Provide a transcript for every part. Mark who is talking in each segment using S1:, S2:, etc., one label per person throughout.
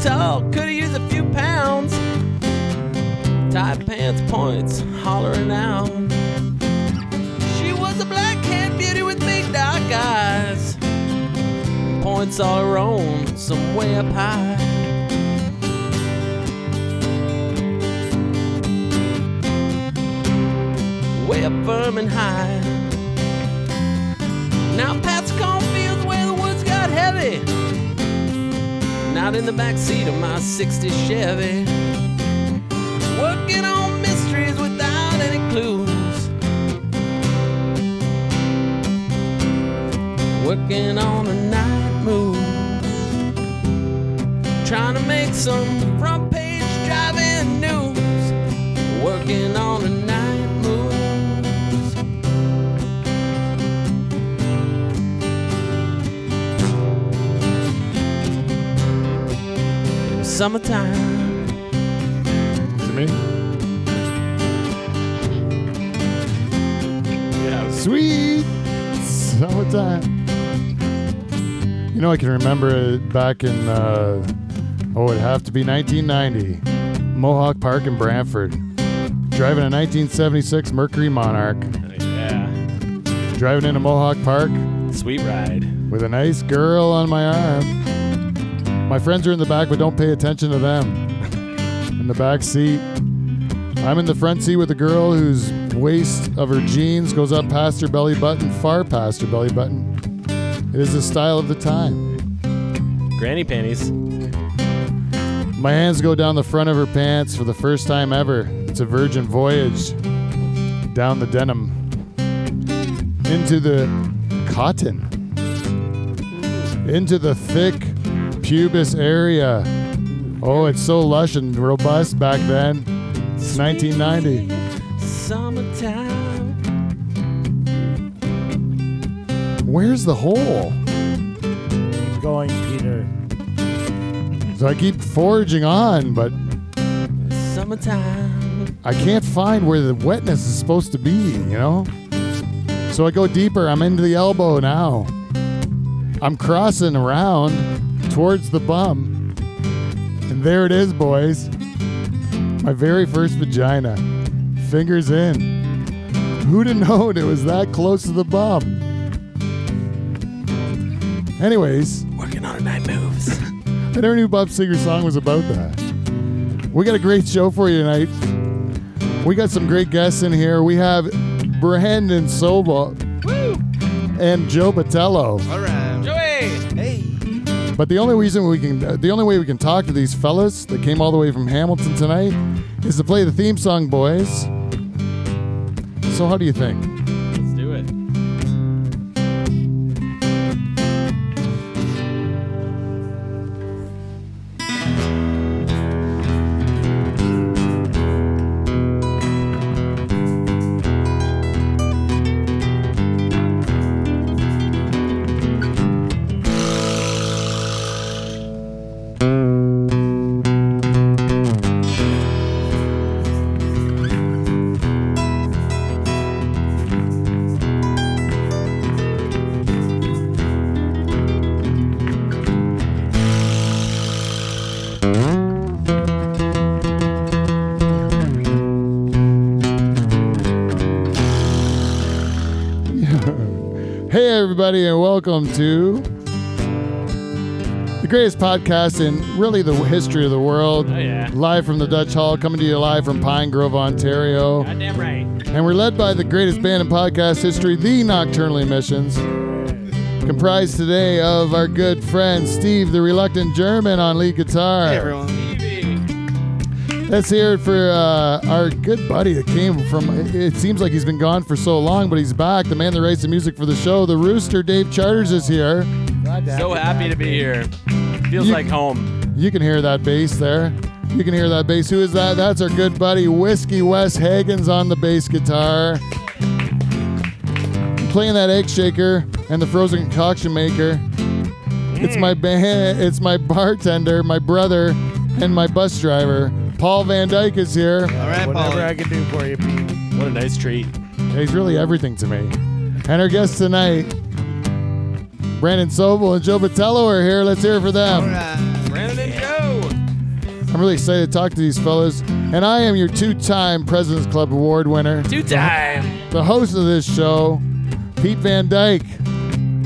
S1: tall, could've used a few pounds. Tight pants, points, hollering out. She was a black cat beauty with big dark eyes. Points all her own, some way up high. way up firm and high. Now past cornfields where the woods got heavy. Not in the back seat of my 60 Chevy. Working on mysteries without any clues. Working on a night move. Trying to make some front page driving news. Working on a night moves. It was summertime.
S2: Is it me? Yeah, sweet summertime. You know, I can remember it back in, uh, oh, it'd have to be 1990, Mohawk Park in Brantford. Driving a 1976 Mercury Monarch,
S3: Yeah.
S2: driving into Mohawk Park
S3: Sweet ride.
S2: with a nice girl on my arm. My friends are in the back, but don't pay attention to them. In the back seat, I'm in the front seat with a girl whose waist of her jeans goes up past her belly button, far past her belly button. It is the style of the time.
S3: Granny panties.
S2: My hands go down the front of her pants for the first time ever. It's a virgin voyage down the denim into the cotton, into the thick pubis area. Oh, it's so lush and robust back then. It's 1990.
S1: Summertime.
S2: Where's the hole?
S4: Keep going, Peter.
S2: So I keep foraging on, but
S1: Summertime.
S2: I can't find where the wetness is supposed to be, you know? So I go deeper. I'm into the elbow now. I'm crossing around towards the bum. And there it is, boys. My very first vagina. Fingers in. Who'd have known it was that close to the bum? Anyways,
S1: Working on a night moves.
S2: I never knew Bob Seger's song was about that. We got a great show for you tonight. We got some great guests in here. We have Brandon Sobo and Joe Batello.
S5: All right.
S1: Joey!
S5: Hey.
S2: But the only reason we can, uh, the only way we can talk to these fellas that came all the way from Hamilton tonight is to play the theme song, boys. So how do you think?
S3: Let's do it.
S2: Hey, everybody, and welcome to the greatest podcast in really the history of the world.
S3: Oh, yeah.
S2: Live from the Dutch Hall, coming to you live from Pine Grove, Ontario.
S3: Goddamn right.
S2: And we're led by the greatest band in podcast history, the Nocturnal Emissions. Comprised today of our good friend Steve, the reluctant German, on lead guitar.
S5: Hey, everyone.
S2: Let's hear it for uh, our good buddy that came from. It seems like he's been gone for so long, but he's back. The man that writes the music for the show, the Rooster, Dave Charters, is here.
S4: God damn
S3: So
S4: it,
S3: happy
S4: man.
S3: to be here. Feels
S2: You-
S3: like home.
S2: You can hear that bass there. You can hear that bass. Who is that? That's our good buddy Whiskey Wes Hagens on the bass guitar. Playing that egg shaker and the frozen concoction maker. It's my ba- it's my bartender, my brother, and my bus driver. Paul Van Dyke is here.
S5: All right,
S4: Whatever I
S5: Paul.
S4: can do for you, Pete.
S3: What a nice treat.
S2: He's really everything to me. And our guests tonight, Brandon Sobel and Joe Batello are here. Let's hear it for
S5: All
S2: them.
S5: right.
S3: Brandon and Joe.
S2: I'm really excited to talk to these fellas. And I am your two time President's Club Award winner,
S6: Two time.
S2: the host of this show, Pete Van Dyke.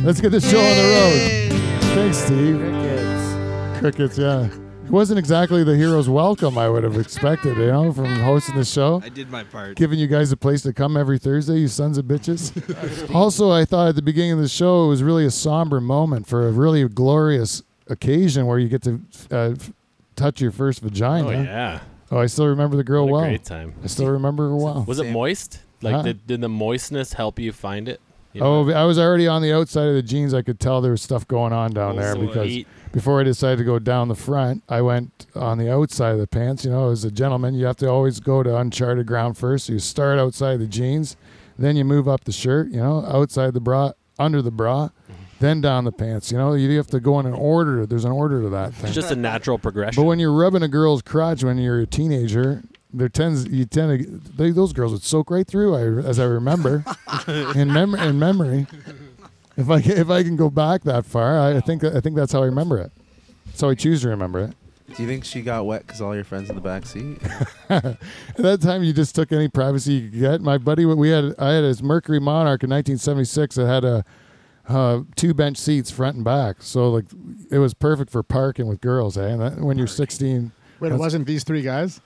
S2: Let's get this show on the road. Thanks, Steve.
S7: Crickets.
S2: Crickets, yeah. It wasn't exactly the hero's welcome I would have expected, you know, from hosting the show.
S8: I did my part.
S2: giving you guys a place to come every Thursday, you sons of bitches. also, I thought at the beginning of the show it was really a somber moment for a really glorious occasion where you get to uh, f- touch your first vagina.
S1: Oh yeah.
S2: Oh, I still remember the girl
S1: What a
S2: well.
S1: great time.
S2: I still remember her well.
S1: Was it moist? Like
S2: Huh?
S1: did, did the moistness help you find it? You
S2: Oh, I was already on the outside of the jeans. I could tell there was stuff going on down there
S1: Also
S2: because
S1: eat.
S2: before I decided to go down the front, I went on the outside of the pants. You know, as a gentleman, you have to always go to uncharted ground first. You start outside the jeans, then you move up the shirt. You know, outside the bra, under the bra,
S1: Mm-hmm.
S2: then down the pants. You know, you have to go in an order. There's an order to that thing.
S1: It's just a natural progression.
S2: But when you're rubbing a girl's crotch when you're a teenager, there tends you tend to they, those girls would soak right through. I as I remember in mem- in memory. If I can, if I can go back that far, I, I think I think that's how I remember it. That's how I choose to remember it.
S8: Do you think she got wet because all your friends in the back seat?
S2: At that time, you just took any privacy you could get. My buddy, we had I had his Mercury Monarch in 1976 that had a uh, two bench seats front and back, so like it was perfect for parking with girls. Eh? And that, when you're 16,
S9: Wait, it wasn't these three guys?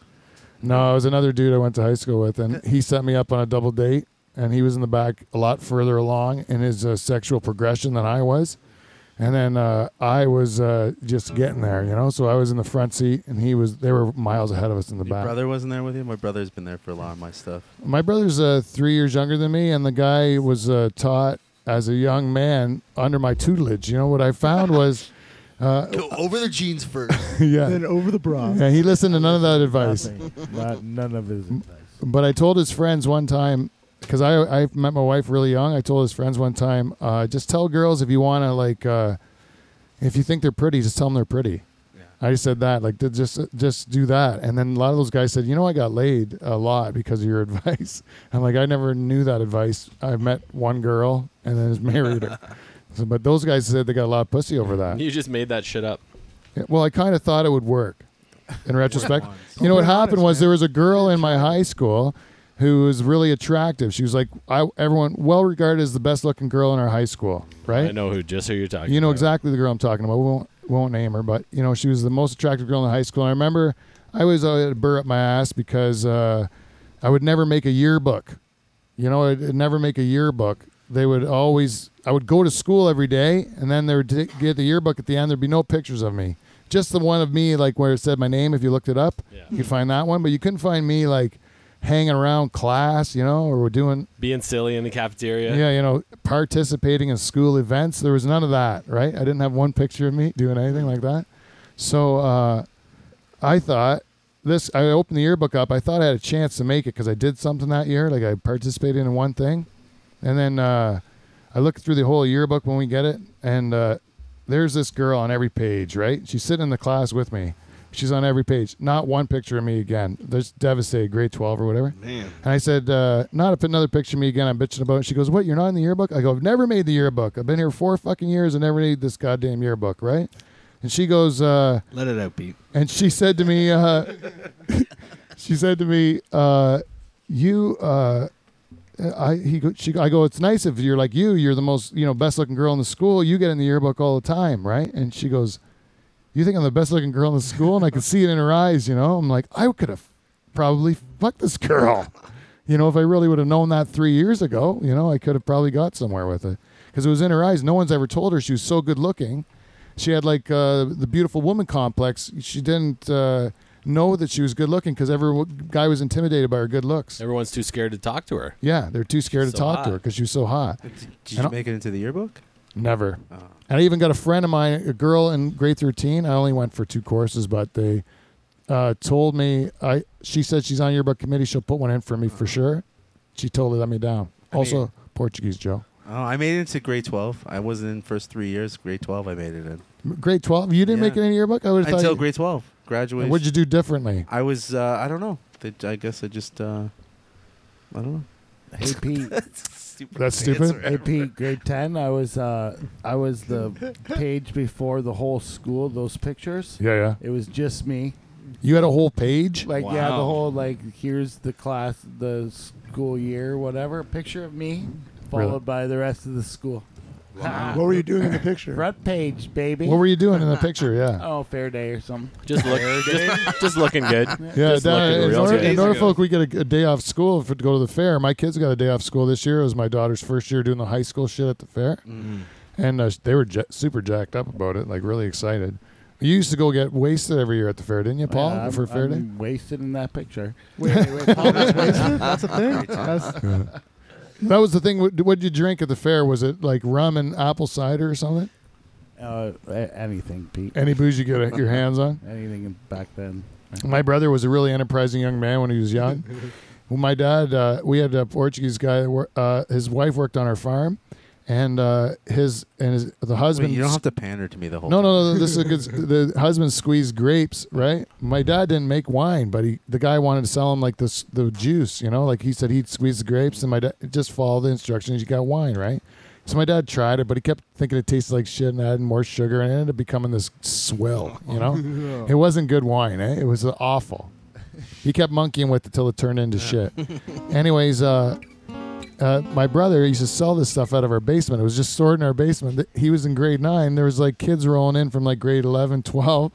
S2: No, it was another dude I went to high school with, and he set me up on a double date, and he was in the back a lot further along in his uh, sexual progression than I was. And then uh, I was uh, just getting there, you know. So I was in the front seat, and he was. They were miles ahead of us in the
S8: Your
S2: back.
S8: brother wasn't there with you. My brother's been there for a lot of my stuff.
S2: My brother's uh, three years younger than me, and the guy was uh, taught as a young man under my tutelage. You know what I found was,
S10: Go over the jeans first.
S2: yeah,
S9: Then over the bra.
S2: yeah. He listened to none of that advice.
S7: Nothing. Not, none of his advice.
S2: But I told his friends one time because I I met my wife really young. I told his friends one time, uh, just tell girls if you want to like, uh, if you think they're pretty, just tell them they're pretty. I said that like to just just do that, and then a lot of those guys said, you know, I got laid a lot because of your advice. I'm like, I never knew that advice. I met one girl and then was married her. So, but those guys said they got a lot of pussy over that.
S1: you just made that shit up.
S2: Yeah, Well, I kind of thought it would work. In retrospect,
S10: once.
S2: you know what
S9: Don't put it on
S2: happened
S9: us,
S2: was
S9: man.
S2: there was a girl in my high school who was really attractive. She was like I, everyone well regarded as the best looking girl in our high school, right?
S1: I know who just who you're talking
S2: You know
S1: about.
S2: exactly the girl I'm talking about. We won't won't name her, but you know she was the most attractive girl in the high school. And I remember I always uh, had a burr up my ass because uh, I would never make a yearbook. You know, I'd, I'd never make a yearbook. They would always. I would go to school every day, and then they would t- get the yearbook at the end. There'd be no pictures of me, just the one of me, like where it said my name. If you looked it up,
S1: Yeah.
S2: you could find that one, but you couldn't find me like hanging around class, you know, or doing
S1: Being silly in the cafeteria.
S2: yeah, you know, participating in school events. There was none of that, right? I didn't have one picture of me doing anything like that. So uh, I thought this. I opened the yearbook up. I thought I had a chance to make it because I did something that year. Like I participated in one thing, and then uh, I looked through the whole yearbook when we get it, and uh, there's this girl on every page. Right? She's sitting in the class with me. She's on every page. Not one picture of me again. There's devastated grade 12 or whatever.
S8: Man,
S2: And I said, uh, not if another picture of me again. I'm bitching about it. She goes, what? You're not in the yearbook? I go, I've never made the yearbook. I've been here four fucking years. I never made this goddamn yearbook, right? And she goes, uh,
S8: let it out, Pete.
S2: and she said to me, uh, she said to me, uh, you, uh, I, he, go, she, I go, it's nice if you're like you, you're the most, you know, best looking girl in the school. You get in the yearbook all the time, right? And she goes, you think I'm the best looking girl in the school? And I could see it in her eyes, you know, I'm like, I could have probably fucked this girl. You know, if I really would have known that three years ago, you know, I could have probably got somewhere with it because it was in her eyes. No one's ever told her she was so good looking she had like uh, the beautiful woman complex. She didn't uh, know that she was good looking because every w- guy was intimidated by her good looks.
S1: Everyone's too scared to talk to her.
S2: Yeah, they're too scared to
S1: So
S2: talk
S1: hot.
S2: to her because she was so hot.
S8: Did
S2: I
S8: you
S2: don't-
S8: make it into the yearbook?
S2: Never.
S8: Oh.
S2: And I even got a friend of mine, a girl in grade thirteen. I only went for two courses, but they uh, told me I. She said she's on yearbook committee. She'll put one in for me for sure. She totally let me down.
S8: Uh-huh. mean-
S2: also, Portuguese Joe.
S8: Oh, I made it into grade 12. I wasn't in first three years. Grade 12, I made it in.
S2: Grade twelve. You didn't
S8: Yeah.
S2: make it in yearbook. I would have
S8: Until
S2: thought.
S8: grade 12. Graduation.
S2: what'd you do differently?
S8: I was, uh, I don't know. They- I guess I just, uh, I don't know.
S7: Hey Pete,
S8: Stupid
S2: That's stupid.
S7: hey Pete, grade ten. I was uh, I was the page before the whole school. Those pictures.
S2: Yeah, yeah.
S7: It was just me.
S2: You had a whole page?
S7: Like yeah, the
S1: Wow.
S7: whole like here's the class, the school year, whatever. Picture of me, followed
S2: Really?
S7: by the rest of the school.
S9: What were you doing in the picture?
S7: Front page, baby.
S2: What were you doing in the picture? Yeah.
S7: oh, fair day or something.
S1: Just look, just, just looking good.
S2: Yeah,
S1: Just
S2: down
S1: looking
S2: in,
S1: real
S2: Nor-
S1: good.
S2: in Norfolk, we get a, a day off school for to go to the fair. My kids got a day off school this year. It was my daughter's first year doing the high school shit at the fair,
S1: Mm-hmm.
S2: and uh, they were ja super jacked up about it, like really excited. You used to go get wasted every year at the fair, didn't you, Paul?
S7: Yeah, I'm-
S2: for fair day,
S7: I'm wasted in that picture.
S9: Wait, wait, wait. Paul was wasted? That's a thing. That's,
S2: that was the thing. What did you drink at the fair? Was it like rum and apple cider or something?
S7: Uh, a- anything, Pete.
S2: Any booze you get uh, your hands on?
S7: Anything back then.
S2: My brother was a really enterprising young man when he was young. well, my dad, uh, we had a Portuguese guy. That wor- uh, his wife worked on our farm, and uh, his and his the husband.
S8: Wait, you don't have to pander to me the whole
S2: no,
S8: time.
S2: no, no. This is a good. The husband squeezed grapes, right? My dad didn't make wine, but he the guy wanted to sell him like this the juice, you know. Like he said, he'd squeeze the grapes, and my dad just follow the instructions. You got wine, right? So my dad tried it, but he kept thinking it tasted like shit and adding more sugar, and it ended up becoming this swill, you know. It wasn't good wine. Eh? It was awful. He kept monkeying with it till it turned into shit. Anyways, uh, uh, my brother used to sell this stuff out of our basement. It was just stored in our basement. Th- He was in grade nine. There was like kids rolling in from like grade 11, 12,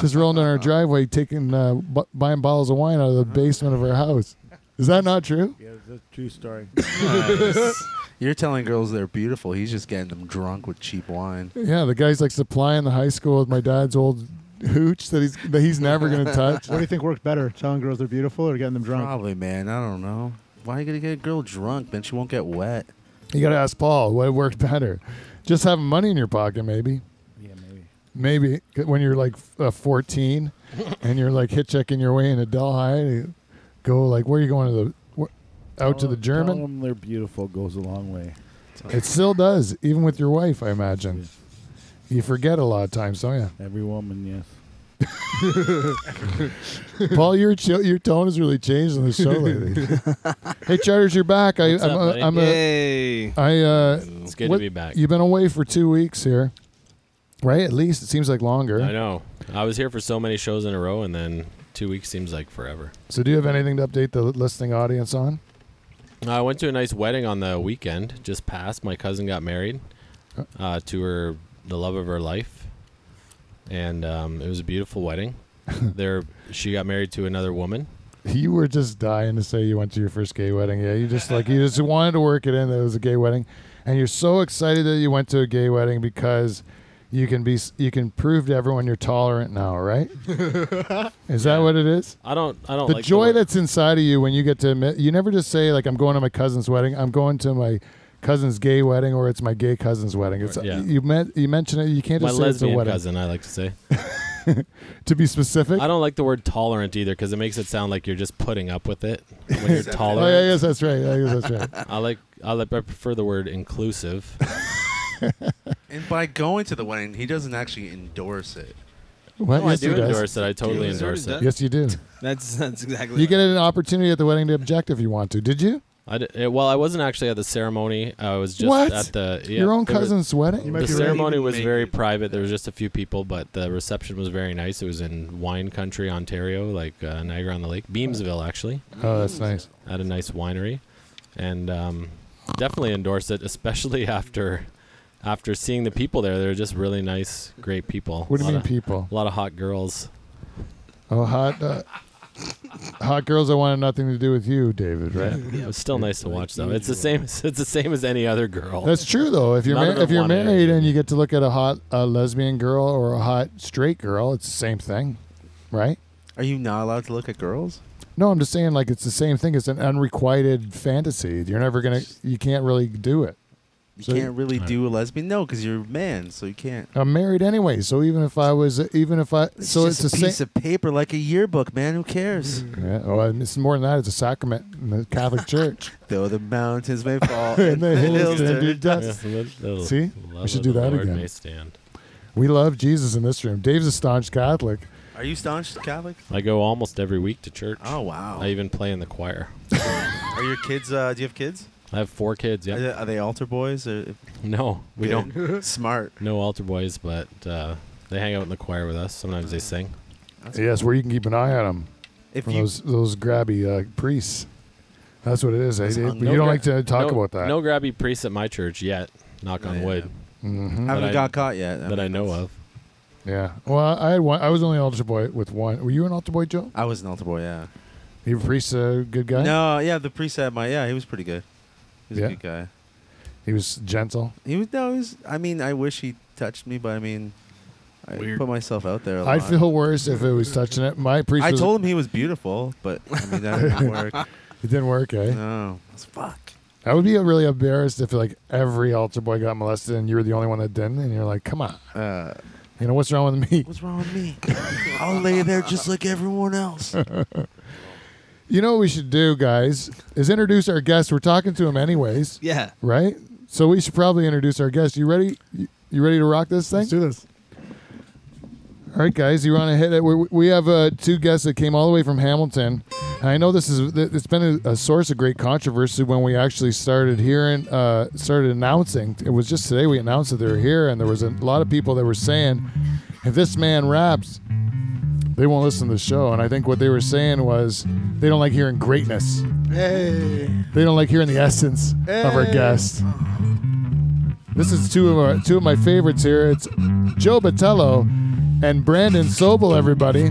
S2: just rolling in our driveway, taking uh, bu- buying bottles of wine out of the basement of our house. Is that not true?
S7: Yeah, it's a true story.
S8: Nice. You're telling girls they're beautiful. He's just getting them drunk with cheap wine.
S2: Yeah, the guy's like supplying the high school with my dad's old hooch that he's that he's never gonna touch.
S9: what do you think worked better? Telling girls they're beautiful or getting them drunk?
S8: Probably, man. I don't know. Why are you gonna get a girl drunk? Then she won't get wet.
S2: You gotta ask Paul what worked better. Just having money in your pocket, maybe.
S7: yeah, maybe.
S2: maybe when you're like uh, 14 and you're like hitchhiking your way into Delhi, to go like where are you going to the wh- out to
S7: Tell-
S11: Oh,
S2: the
S7: Tell
S2: German?
S7: 'em they're beautiful goes a long way.
S2: It still does, even with your wife, I imagine. You forget a lot of times, don't you?
S7: Every woman, yes.
S2: Paul, your chill, your tone has really changed on the show lately. hey, Charters, you're back. I,
S1: What's
S2: I'm,
S1: up,
S2: a,
S1: buddy?
S2: I'm a,
S4: Yay.
S2: I uh,
S1: It's good
S2: what-
S1: to be back.
S2: You've been away for two weeks here, right? At least it seems like longer.
S1: I know. I was here for so many shows in a row, and then two weeks seems like forever.
S2: So, do you have anything to update the listening audience on?
S1: I went to a nice wedding on the weekend just passed. My cousin got married uh, to her, the love of her life, and um, it was a beautiful wedding. there, she got married to another woman.
S2: You were just dying to say you went to your first gay wedding. Yeah, you just like you just wanted to work it in that it was a gay wedding, and you're so excited that you went to a gay wedding because you can be you can prove to everyone you're tolerant now, right? is that what it is?
S1: I don't. I don't.
S2: The
S1: like
S2: joy
S1: word-
S2: that's inside of you when you get to admit you never just say like I'm going to my cousin's wedding. I'm going to my cousin's gay wedding or it's my gay cousin's wedding. It's
S1: Yeah.
S2: you meant you mention it. You can't
S1: my
S2: just say it's a
S1: lesbian
S2: wedding.
S1: cousin. I like to say.
S2: To be specific.
S1: I don't like the word tolerant either because it makes it sound like you're just putting up with it when you're
S2: Oh yeah,
S1: tolerant.
S2: yes, that's right. I guess that's right.
S1: I like. I like. I prefer the word inclusive.
S8: And by going to the wedding, he doesn't actually endorse it.
S2: What?
S1: No, I
S2: yes,
S1: do
S2: he does.
S1: endorse it. I totally
S4: Yeah.
S1: endorse
S4: Sort
S1: it.
S4: of
S2: Yes, you do.
S4: That's that's exactly.
S2: You get an opportunity at the wedding to object if you want to. Did you?
S1: I d- uh, well, I wasn't actually at the ceremony. I was just
S2: What?
S1: at the yeah,
S2: Your own
S1: there was-
S2: cousin's wedding?
S9: You
S1: the
S9: might be right.
S1: ceremony
S4: You
S1: was
S4: make
S1: very
S4: it.
S1: private. There was just a few people, but the reception was very nice. It was in wine country, Ontario, like uh, Niagara on the Lake, Beamsville, actually,
S2: Oh, that's nice.
S1: at a nice winery, and um, definitely endorse it, especially after after seeing the people there. They're just really nice, great people.
S2: What do you
S1: A
S2: mean,
S1: lot of-
S2: people?
S1: A lot of hot girls.
S2: Oh, hot, uh, hot girls. I wanted nothing to do with you, David. Right?
S1: It was still nice to
S7: Like
S1: watch, though. It's the
S7: usual.
S1: same. It's the same as any other girl.
S2: That's true, though. If you're
S1: None of
S2: mar-
S1: them
S2: if you're
S1: wanted
S2: married
S1: anything.
S2: and you get to look at a hot uh, lesbian girl or a hot straight girl, it's the same thing, right?
S8: Are you not allowed to look at girls?
S2: No, I'm just saying like it's the same thing. It's an unrequited fantasy. You're never gonna. You can't really do it.
S8: You
S2: So-
S8: can't really
S1: Right.
S8: do a lesbian. No, because you're a man, so you can't.
S2: I'm married anyway, so even if I was, even if I,
S8: It's
S2: so
S8: just
S2: it's the
S8: a piece
S2: same. Mm-hmm.
S8: of paper like a yearbook, man. Who cares?
S2: Yeah, well, and it's more than that. It's a sacrament in the Catholic Church.
S8: Though the mountains may fall
S2: and the hills
S8: turn
S2: and the
S8: to
S1: Yeah,
S2: dust.
S1: the- the
S2: See?
S1: love
S2: We should
S1: of
S2: do
S1: the
S2: that
S1: Lord
S2: again.
S1: May stand.
S2: We love Jesus in this room. Dave's a staunch Catholic.
S8: Are you staunch Catholic?
S1: I go almost every week to church.
S8: Oh wow.
S1: I even play in the choir.
S8: Are your kids? Uh, do you have kids?
S1: I have four kids.
S8: Are,
S1: Yeah.
S8: they, are they altar boys? Or
S1: No, we don't.
S8: Good. smart.
S1: No altar boys, but uh, they hang out in the choir with us. Sometimes they sing.
S2: yes, where you can keep an eye on them
S8: If
S2: from
S8: you
S2: those those grabby uh, priests. That's what it is. eh,
S8: That's
S2: Dave?
S8: on-
S2: But
S8: no
S2: you don't
S1: gra-
S2: like to talk
S1: no,
S2: about that.
S1: No grabby priests at my church yet. Knock on
S8: Yeah.
S1: wood.
S2: hmm
S8: haven't
S1: I-
S8: got caught yet.
S1: that
S8: mean,
S1: I know of.
S2: Yeah. Well, I had one. I was only altar boy with one. Were you an altar boy, Joe?
S8: I was an altar boy. Yeah.
S2: You a priest, a good guy.
S8: No. Yeah. The priest had my. Yeah. He was pretty good. He was
S2: Yeah.
S8: a good guy.
S2: He was gentle.
S8: He was. No. He was. I mean, I wish he touched me, but I mean, I
S1: Weird.
S8: put myself out there. a
S2: I'd
S8: lot.
S2: feel worse if it was touching it. My priest.
S8: I
S2: was-
S8: told him he was beautiful, but I mean that didn't work.
S2: It didn't work, eh?
S8: No, it's fuck.
S2: I would be really embarrassed if like every altar boy got molested and you were the only one that didn't, and you're like, "Come on,
S8: Uh,
S2: you know what's wrong with me?"
S8: what's wrong with me? I'll lay there just like everyone else.
S2: You know what we should do, guys, is introduce our guest. We're talking to him anyways,
S4: Yeah.
S2: right? So we should probably introduce our guest. You ready? You, you ready to rock this thing?
S9: Let's do this.
S2: All right, guys, you want to hit it? We, we have uh, two guests that came all the way from Hamilton. And I know this is th- it's been a, a source of great controversy when we actually started hearing, uh, started announcing. It was just today we announced that they were here, and there was a lot of people that were saying, if this man raps, they won't listen to the show. And I think what they were saying was they don't like hearing greatness.
S9: Hey.
S2: They don't like hearing the essence of our
S9: Hey.
S2: guest. This is two of our, two of my favorites here. It's Joe Batello and Brandon Sobel, everybody.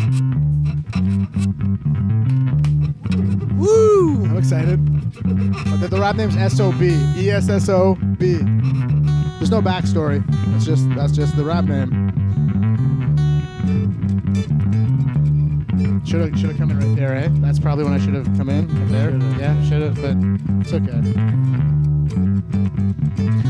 S9: I'm excited. The, the rap name's SOB. E S S O B. There's no backstory. That's just that's just the rap name. Should have should have come in right there, eh? That's probably when I should have come in. Right there. Yeah, should have, but it's okay.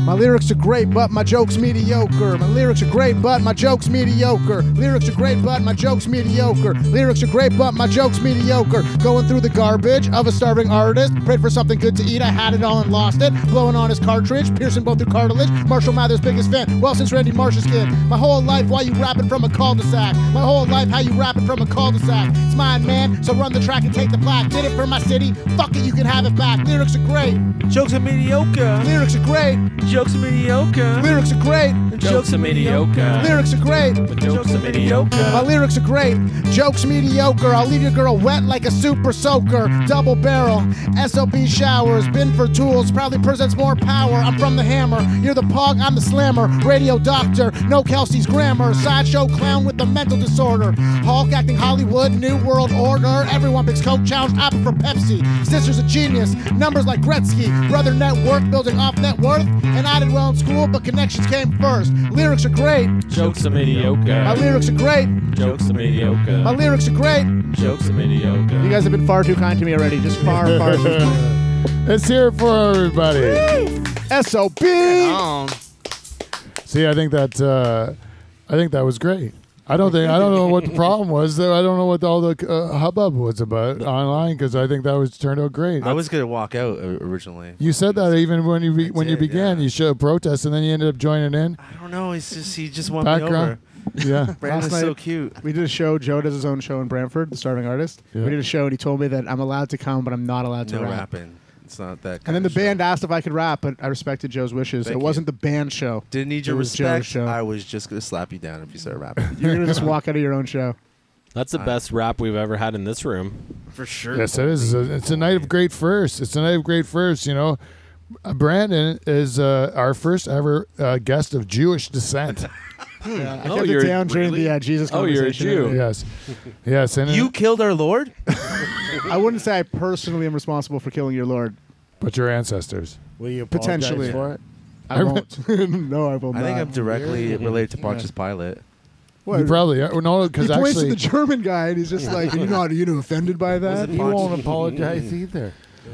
S9: My lyrics are great, but my jokes mediocre. My lyrics are great, but my jokes mediocre. Lyrics are great, but my jokes mediocre. Lyrics are great, but my jokes mediocre. Going through the garbage of a starving artist. Prayed for something good to eat, I had it all and lost it. Blowing on his cartridge, piercing both through cartilage. Marshall Mathers' biggest fan, well since Randy Marsh's kid. My whole life, why you rapping from a cul-de-sac? My whole life, how you rapping from a cul-de-sac? It's mine, man, so run the track and take the plaque. Did it for my city, fuck it, you can have it back. Lyrics are great,
S4: Jokes are mediocre.
S9: lyrics are great,
S4: Jokes are mediocre.
S9: lyrics are great,
S4: Jokes are mediocre.
S9: lyrics are great.
S4: Jokes are mediocre.
S9: My lyrics are great, jokes mediocre. I'll leave your girl wet like a super soaker. Double barrel, SOB showers, bin for tools, probably presents more power. I'm from the hammer, you're the pog, I'm the slammer. Radio doctor, no Kelsey's grammar. Sideshow clown with a mental disorder. Hulk acting Hollywood, New World Order. Everyone picks Coke Challenge, I prefer Pepsi. Sister's a genius, numbers like Gretzky. Brother network, building off net worth. And I did well in school, but connections came first. Lyrics are great,
S1: Jokes are
S9: my
S1: mediocre.
S9: lyrics are great,
S1: Jokes are
S9: my
S1: mediocre.
S9: lyrics are great.
S1: Jokes are mediocre.
S11: You guys have been far too kind to me already. Just far, far too kind.
S2: Let's hear it for everybody.
S9: SOB.
S8: Um,
S2: See, I think that uh, I think that was great. I don't think I don't know what the problem was. Though I don't know what all the uh, hubbub was about online because I think that was turned out great.
S8: I was gonna walk out o- originally.
S2: you said that even when you be,
S8: I
S2: when you
S8: did,
S2: began,
S8: yeah.
S2: you should have protest, and then you ended up joining in.
S8: I don't know. He's just he just won me
S2: Background,
S8: over.
S2: yeah.
S8: Brandon's
S11: Last
S8: so
S11: night-
S8: cute.
S11: We did a show. Joe does his own show in Brantford, the starving artist.
S2: Yeah.
S11: We did a show, and he told me that I'm allowed to come, but I'm not allowed to
S8: No
S11: rap.
S8: rapping. It's not that.
S11: And
S8: kind
S11: then the
S8: of show.
S11: band asked if I could rap, but I respected Joe's wishes.
S8: Thank
S11: it
S8: you.
S11: wasn't the band show.
S8: didn't need
S11: It
S8: your
S11: was Joe's
S8: respect.
S11: show.
S8: I was just gonna slap you down if you started rapping.
S11: You're gonna just walk out of your own show.
S1: That's the best rap we've ever had in this room.
S4: For sure.
S2: Yes, it is. It's a, it's a night of great firsts. It's a night of great firsts. You know, Uh, Brandon is uh, our first ever uh, guest of Jewish descent.
S11: Yeah, I
S1: Oh,
S11: kept
S1: you're-
S11: it down during the uh, Jesus
S1: Oh, you're a
S11: conversation.
S1: Jew.
S2: yes, yes, and
S8: you killed our Lord.
S11: I wouldn't say I personally am responsible for killing your lord.
S2: but your ancestors.
S7: Will you apologize
S11: Potentially.
S7: for it?
S11: I won't. no, I will
S8: I
S11: not.
S8: think I'm directly related to Pontius Pilate.
S11: What?
S2: You probably are. no, because
S11: he points to
S2: actually,
S11: the German guy, and he's just like, "You know, are you know, offended by that?"
S8: it
S7: You won't apologize either.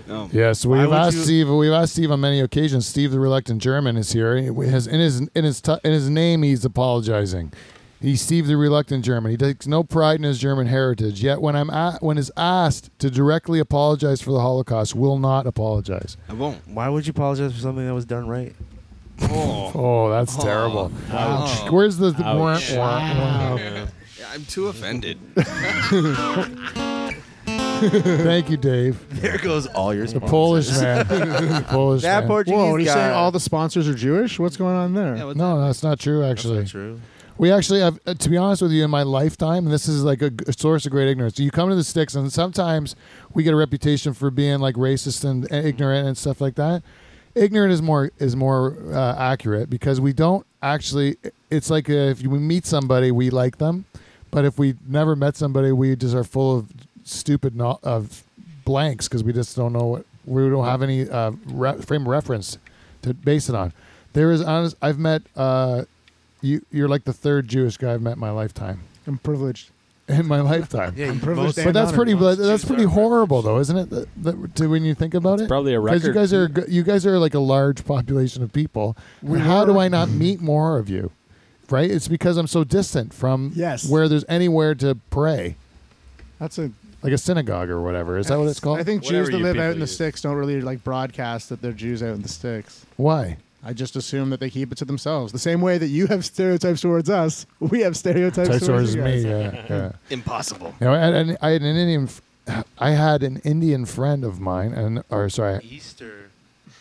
S4: No.
S2: yes,
S8: Why
S2: we've
S8: would
S2: asked
S8: you-
S2: Steve. We've asked Steve on many occasions. Steve, the reluctant German, is here. He has in his in his tu- in his name, he's apologizing. He's Steve, the reluctant German. He takes no pride in his German heritage. Yet, when I'm a- when is asked to directly apologize for the Holocaust, will not apologize.
S4: I won't.
S8: Why would you apologize for something that was done right?
S4: Oh.
S2: Oh, that's
S4: Oh.
S2: terrible.
S4: Ouch.
S2: Where's the?
S1: Ouch.
S9: Oh,
S2: wah, wah, wah.
S4: Yeah, I'm too offended.
S2: Thank you, Dave.
S8: There goes all your
S2: The Polish man. The Polish
S8: That
S2: man.
S8: Portuguese
S11: Whoa, are you
S8: guy.
S11: saying all the sponsors are Jewish? What's going on there?
S4: Yeah, what
S2: No, that's not true. Actually,
S8: That's not true.
S2: We actually have, uh, to be honest with you, in my lifetime, this is like a, g- a source of great ignorance. You come to the sticks, and sometimes we get a reputation for being like racist and and ignorant and stuff like that. Ignorant is more is more uh, accurate because we don't actually. It's like uh, if we meet somebody, we like them, but if we never met somebody, we just are full of stupid no- of blanks because we just don't know what we don't have any uh, re- frame of reference to base it on. There is honest. I've met. Uh, you you're like the third Jewish guy I've met in my lifetime.
S11: I'm privileged.
S2: In my lifetime.
S8: Yeah,
S11: I'm
S8: you- most-
S11: privileged. and
S2: But that's
S11: honored.
S2: pretty. But
S4: Jews
S2: that's pretty
S4: are
S2: horrible, though, isn't it? That, that, to, when you think about it,
S1: Probably a
S2: because
S1: record.
S2: you guys are g- you guys are like a large population of people.
S11: We
S2: How do
S11: were-
S2: I not meet more of you? Right? It's because I'm so distant from
S11: Yes.
S2: where there's anywhere to pray,
S11: That's a.
S2: like a synagogue or whatever. Is that what it's called?
S11: I think
S1: Whatever
S11: Jews that
S1: you
S11: live
S1: people
S11: out in the
S1: use.
S11: sticks don't really like broadcast that they're Jews out in the sticks.
S2: Why?
S11: I just assume that they keep it to themselves. The same way that you have stereotypes towards us, we have stereotypes
S2: Type
S11: towards
S2: source
S11: you
S2: me.
S11: guys.
S2: Yeah. yeah.
S4: Impossible.
S2: You know, I had, an, I had an Indian. f- I had an Indian friend of mine, and or sorry,
S8: Easter.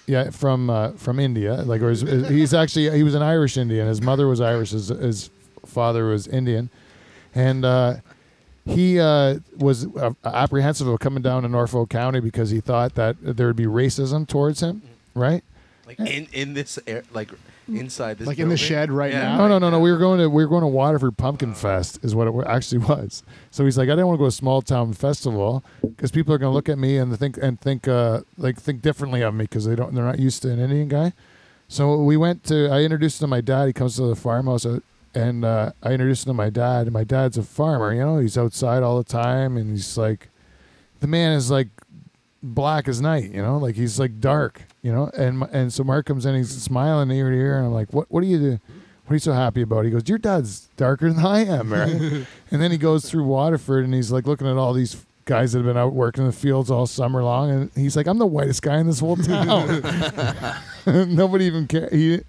S2: Yeah, from uh, from India. Like, or his, he's actually he was an Irish Indian. His mother was Irish. His, his father was Indian, and uh, he uh, was uh, apprehensive of coming down to Norfolk County because he thought that there would be racism towards him. Right?
S8: Like in in this air, like inside this.
S11: Like in the
S8: building?
S11: shed right
S8: Yeah. Oh.
S11: now?
S2: No, no, no, no. We were going to we were going to Waterford Pumpkin Fest is what it wa- actually was. So he's like, I didn't want to go to a small town festival because people are going to look at me and think and think uh, like think differently of me because they don't they're not used to an Indian guy. So we went to I introduced him to my dad. He comes to the farmhouse uh, and uh, I introduced him to my dad. And my dad's a farmer. You know, he's outside all the time and he's like, the man is like black as night, you know, like he's like dark, you know, and and so Mark comes in, he's smiling ear to ear, and I'm like, what What are you doing? What are you so happy about? He goes, your dad's darker than I am, right? and then he goes through Waterford, and he's like looking at all these guys that have been out working in the fields all summer long, and he's like, I'm the whitest guy in this whole town. nobody even cared. He,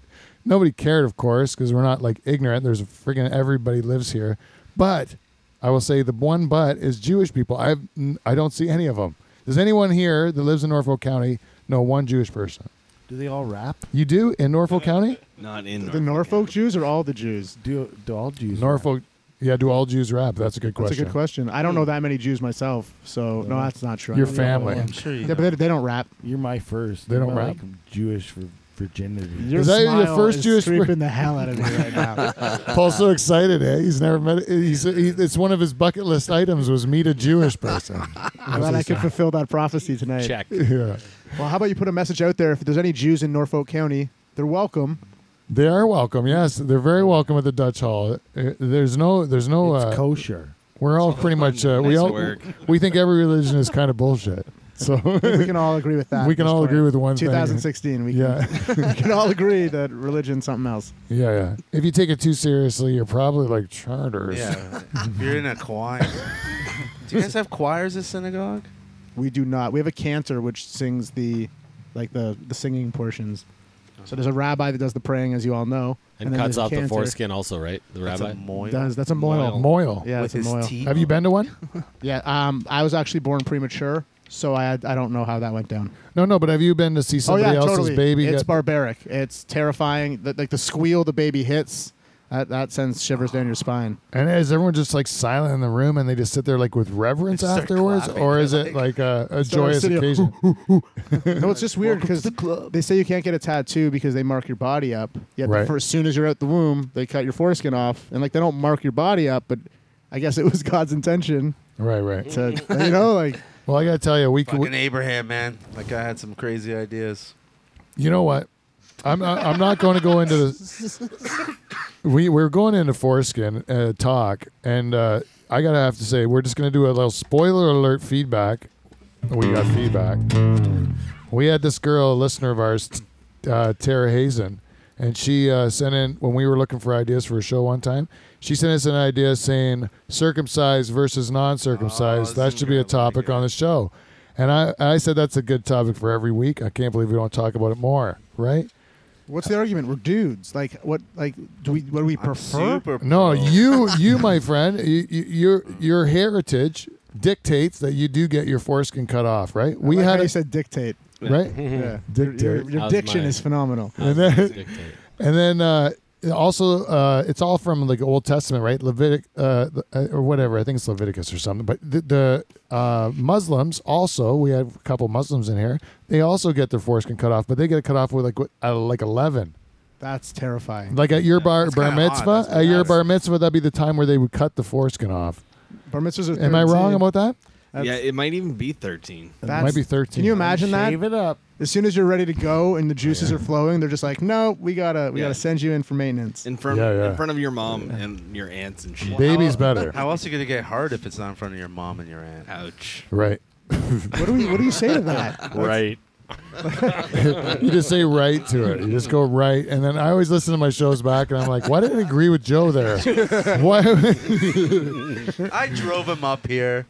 S2: nobody cared, of course, because we're not like ignorant. There's freaking everybody lives here, but I will say the one but is Jewish people. I I don't see any of them. Does anyone here that lives in Norfolk County know one Jewish person?
S7: Do they all rap?
S2: You do in Norfolk County?
S4: Not in
S11: The Norfolk Jews or all the Jews?
S7: Do do all Jews?
S2: Norfolk. Yeah, do all Jews rap? That's a good
S11: That's
S2: question.
S11: a good question. I don't know that many Jews myself, so no, that's not true.
S2: Your
S11: I know-
S2: family.
S8: I'm sure you.
S11: Yeah, but they, they don't rap.
S7: You're my first.
S2: They don't
S7: I'm,
S2: rap?
S7: Like Jewish for virginity.
S11: Your
S2: that your
S11: smile
S2: first
S11: is
S2: Jewish-
S11: creeping the hell out of me right now.
S2: Paul's so excited. Eh? He's never met. He's, he, it's one of his bucket list items was meet a Jewish person.
S11: I'm glad I could fulfill that prophecy tonight.
S1: Check.
S2: yeah,
S11: Well, how about you put a message out there? If there's any Jews in Norfolk County, they're welcome.
S2: they are welcome. Yes, they're very welcome at the Dutch Hall. Uh, There's no. There's no.
S7: It's
S2: uh,
S7: kosher.
S2: we're all pretty much. Uh, we
S4: Nice
S2: all.
S4: work.
S2: We think every religion is kind of bullshit. So
S11: I think we can all agree with that.
S2: We can all agree with one thing.
S11: 2016. We,
S2: yeah.
S11: can, we can all agree that religion's something else.
S2: Yeah, yeah. If you take it too seriously, you're probably like charters.
S8: Yeah, if you're in a choir. Do you guys have choirs at synagogue?
S11: We do not. We have a cantor which sings the, like the the singing portions. So there's a rabbi that does the praying, as you all know,
S1: And,
S11: then
S1: cuts
S11: there's a
S1: off the
S11: cantor.
S1: foreskin also, right? The
S8: That's
S1: rabbi?
S8: a moil.
S11: Does that's a moil?
S2: Moyle.
S11: Yeah,
S8: with
S11: that's
S8: his
S11: a moil.
S8: teeth.
S2: Have you been to one?
S11: Yeah. Um, I was actually born premature, so I had, I don't know how that went down.
S2: No, no. But have you been to see somebody
S11: oh yeah,
S2: else's
S11: totally.
S2: baby?
S11: It's
S2: get-
S11: barbaric. It's terrifying. The, like the squeal the baby hits, that, that sends shivers down your spine.
S2: and is everyone just like silent in the room and they just sit there like with reverence
S8: They start
S2: afterwards,
S8: clapping,
S2: or
S8: they're
S2: is it like
S8: like-
S2: a, a
S11: Start
S2: joyous
S11: sitting-
S2: occasion?
S11: No, it's just weird because they say you can't get a tattoo because they mark your body up. Yet
S2: Right.
S11: for, as soon as you're out the womb, they cut your foreskin off, and like they don't mark your body up. But I guess it was God's intention
S2: right, right.
S11: to, you know, like
S2: Well, I gotta tell you, we,
S8: Fucking
S2: we
S8: Abraham, man. Like I had some crazy ideas.
S2: you know what? I'm not, I'm not going to go into the. We we're going into foreskin uh, talk, and uh, I gotta have to say we're just gonna do a little spoiler alert feedback. We got feedback. We had this girl, a listener of ours, t- uh, Tara Hazen, and she uh, sent in when we were looking for ideas for a show one time. She sent us an idea saying circumcised versus non-circumcised.
S8: Oh,
S2: that
S8: this
S2: should
S8: is
S2: be a
S8: gonna like
S2: topic
S8: it.
S2: on the show. And I, I said that's a good topic for every week. I can't believe we don't talk about it more, right?
S11: what's the argument? We're dudes. Like what? Like do we? What do we
S8: I'm
S11: prefer?
S8: super
S2: No,
S8: pro.
S2: you, you, my friend, you, you, your your heritage dictates that you do get your foreskin cut off, right? We
S11: Like how
S2: had
S11: you
S2: a,
S11: said dictate.
S2: right,
S11: Yeah. Your,
S2: dictate,
S11: your
S1: How's
S11: diction
S1: mine?
S11: is phenomenal.
S2: and then
S1: Dictate.
S2: and then uh, also uh, it's all from like Old Testament, right? Levitic uh, uh, or whatever. I think it's Leviticus or something. But the, the uh, Muslims also, we have a couple Muslims in here. They also get their foreskin cut off, but they get it cut off with like what- uh, like eleven.
S11: That's terrifying.
S2: Like at your bar,
S11: that's
S2: bar
S11: kinda odd.
S2: mitzvah,
S11: That's
S2: at your
S11: nuts.
S2: bar mitzvah, that'd be the time where they would cut the foreskin off.
S11: Bar mitzvahs are
S2: Am I wrong
S11: 13.
S2: about that?
S11: That's-
S4: yeah, it might even be 13.
S2: it might be thirteen.
S11: Can you imagine that?
S7: Shave it up.
S11: As soon as you're ready to go and the juices are flowing, they're just like, no, we gotta, we
S4: Yeah.
S11: gotta send you in for maintenance.
S4: In front,
S2: Yeah, yeah.
S4: in front of your mom and your aunts and shit.
S2: Baby's better,
S8: How else are you gonna get hard if it's not in front of your mom and your aunt?
S4: Ouch.
S2: right?
S11: what do we, what do you say to that?
S1: Right.
S2: you just say right to it. You just go right, and then I always listen to my shows back, and I'm like, why didn't I agree with Joe there? Why?
S8: I drove him up here.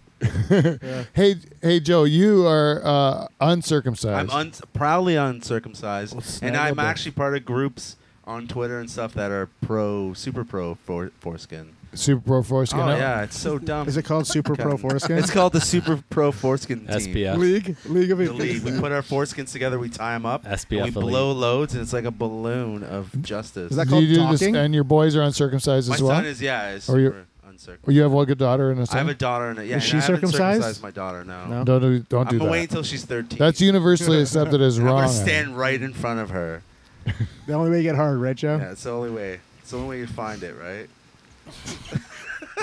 S2: hey, hey, Joe, you are uh, uncircumcised.
S8: I'm un- proudly uncircumcised, and I'm
S7: snaggle bitch.
S8: actually part of groups on Twitter and stuff that are pro, super pro for foreskin.
S2: Super pro foreskin.
S8: Oh
S2: No.
S8: yeah, it's so dumb.
S11: Is it called Super Pro Foreskin?
S8: It's called the Super Pro Foreskin Team.
S1: SPF.
S11: League, League of
S8: The league. We put our foreskins together. We tie them up.
S1: SPF
S8: and we
S1: elite.
S8: blow loads, and it's like a balloon of justice.
S11: Is that
S2: Do
S11: called
S2: you do this,
S11: talking?
S2: and your boys are uncircumcised
S8: My
S2: as well.
S8: son is yeah. Is
S2: Or you-
S8: super uncircumcised.
S2: Or you have one good daughter and a
S8: I
S2: son.
S8: have a daughter and a, yeah. and
S11: Is she
S8: I haven't
S11: circumcised?
S8: circumcised my daughter. No.
S11: No.
S2: don't do, don't
S8: I'm
S2: do
S8: gonna
S2: that.
S8: wait until she's 13.
S2: That's universally accepted as
S8: I'm
S2: wrong.
S8: gonna stand right in front of her.
S11: the only way you get hard, right, Joe?
S8: Yeah, it's the only way. It's the only way you find it, right?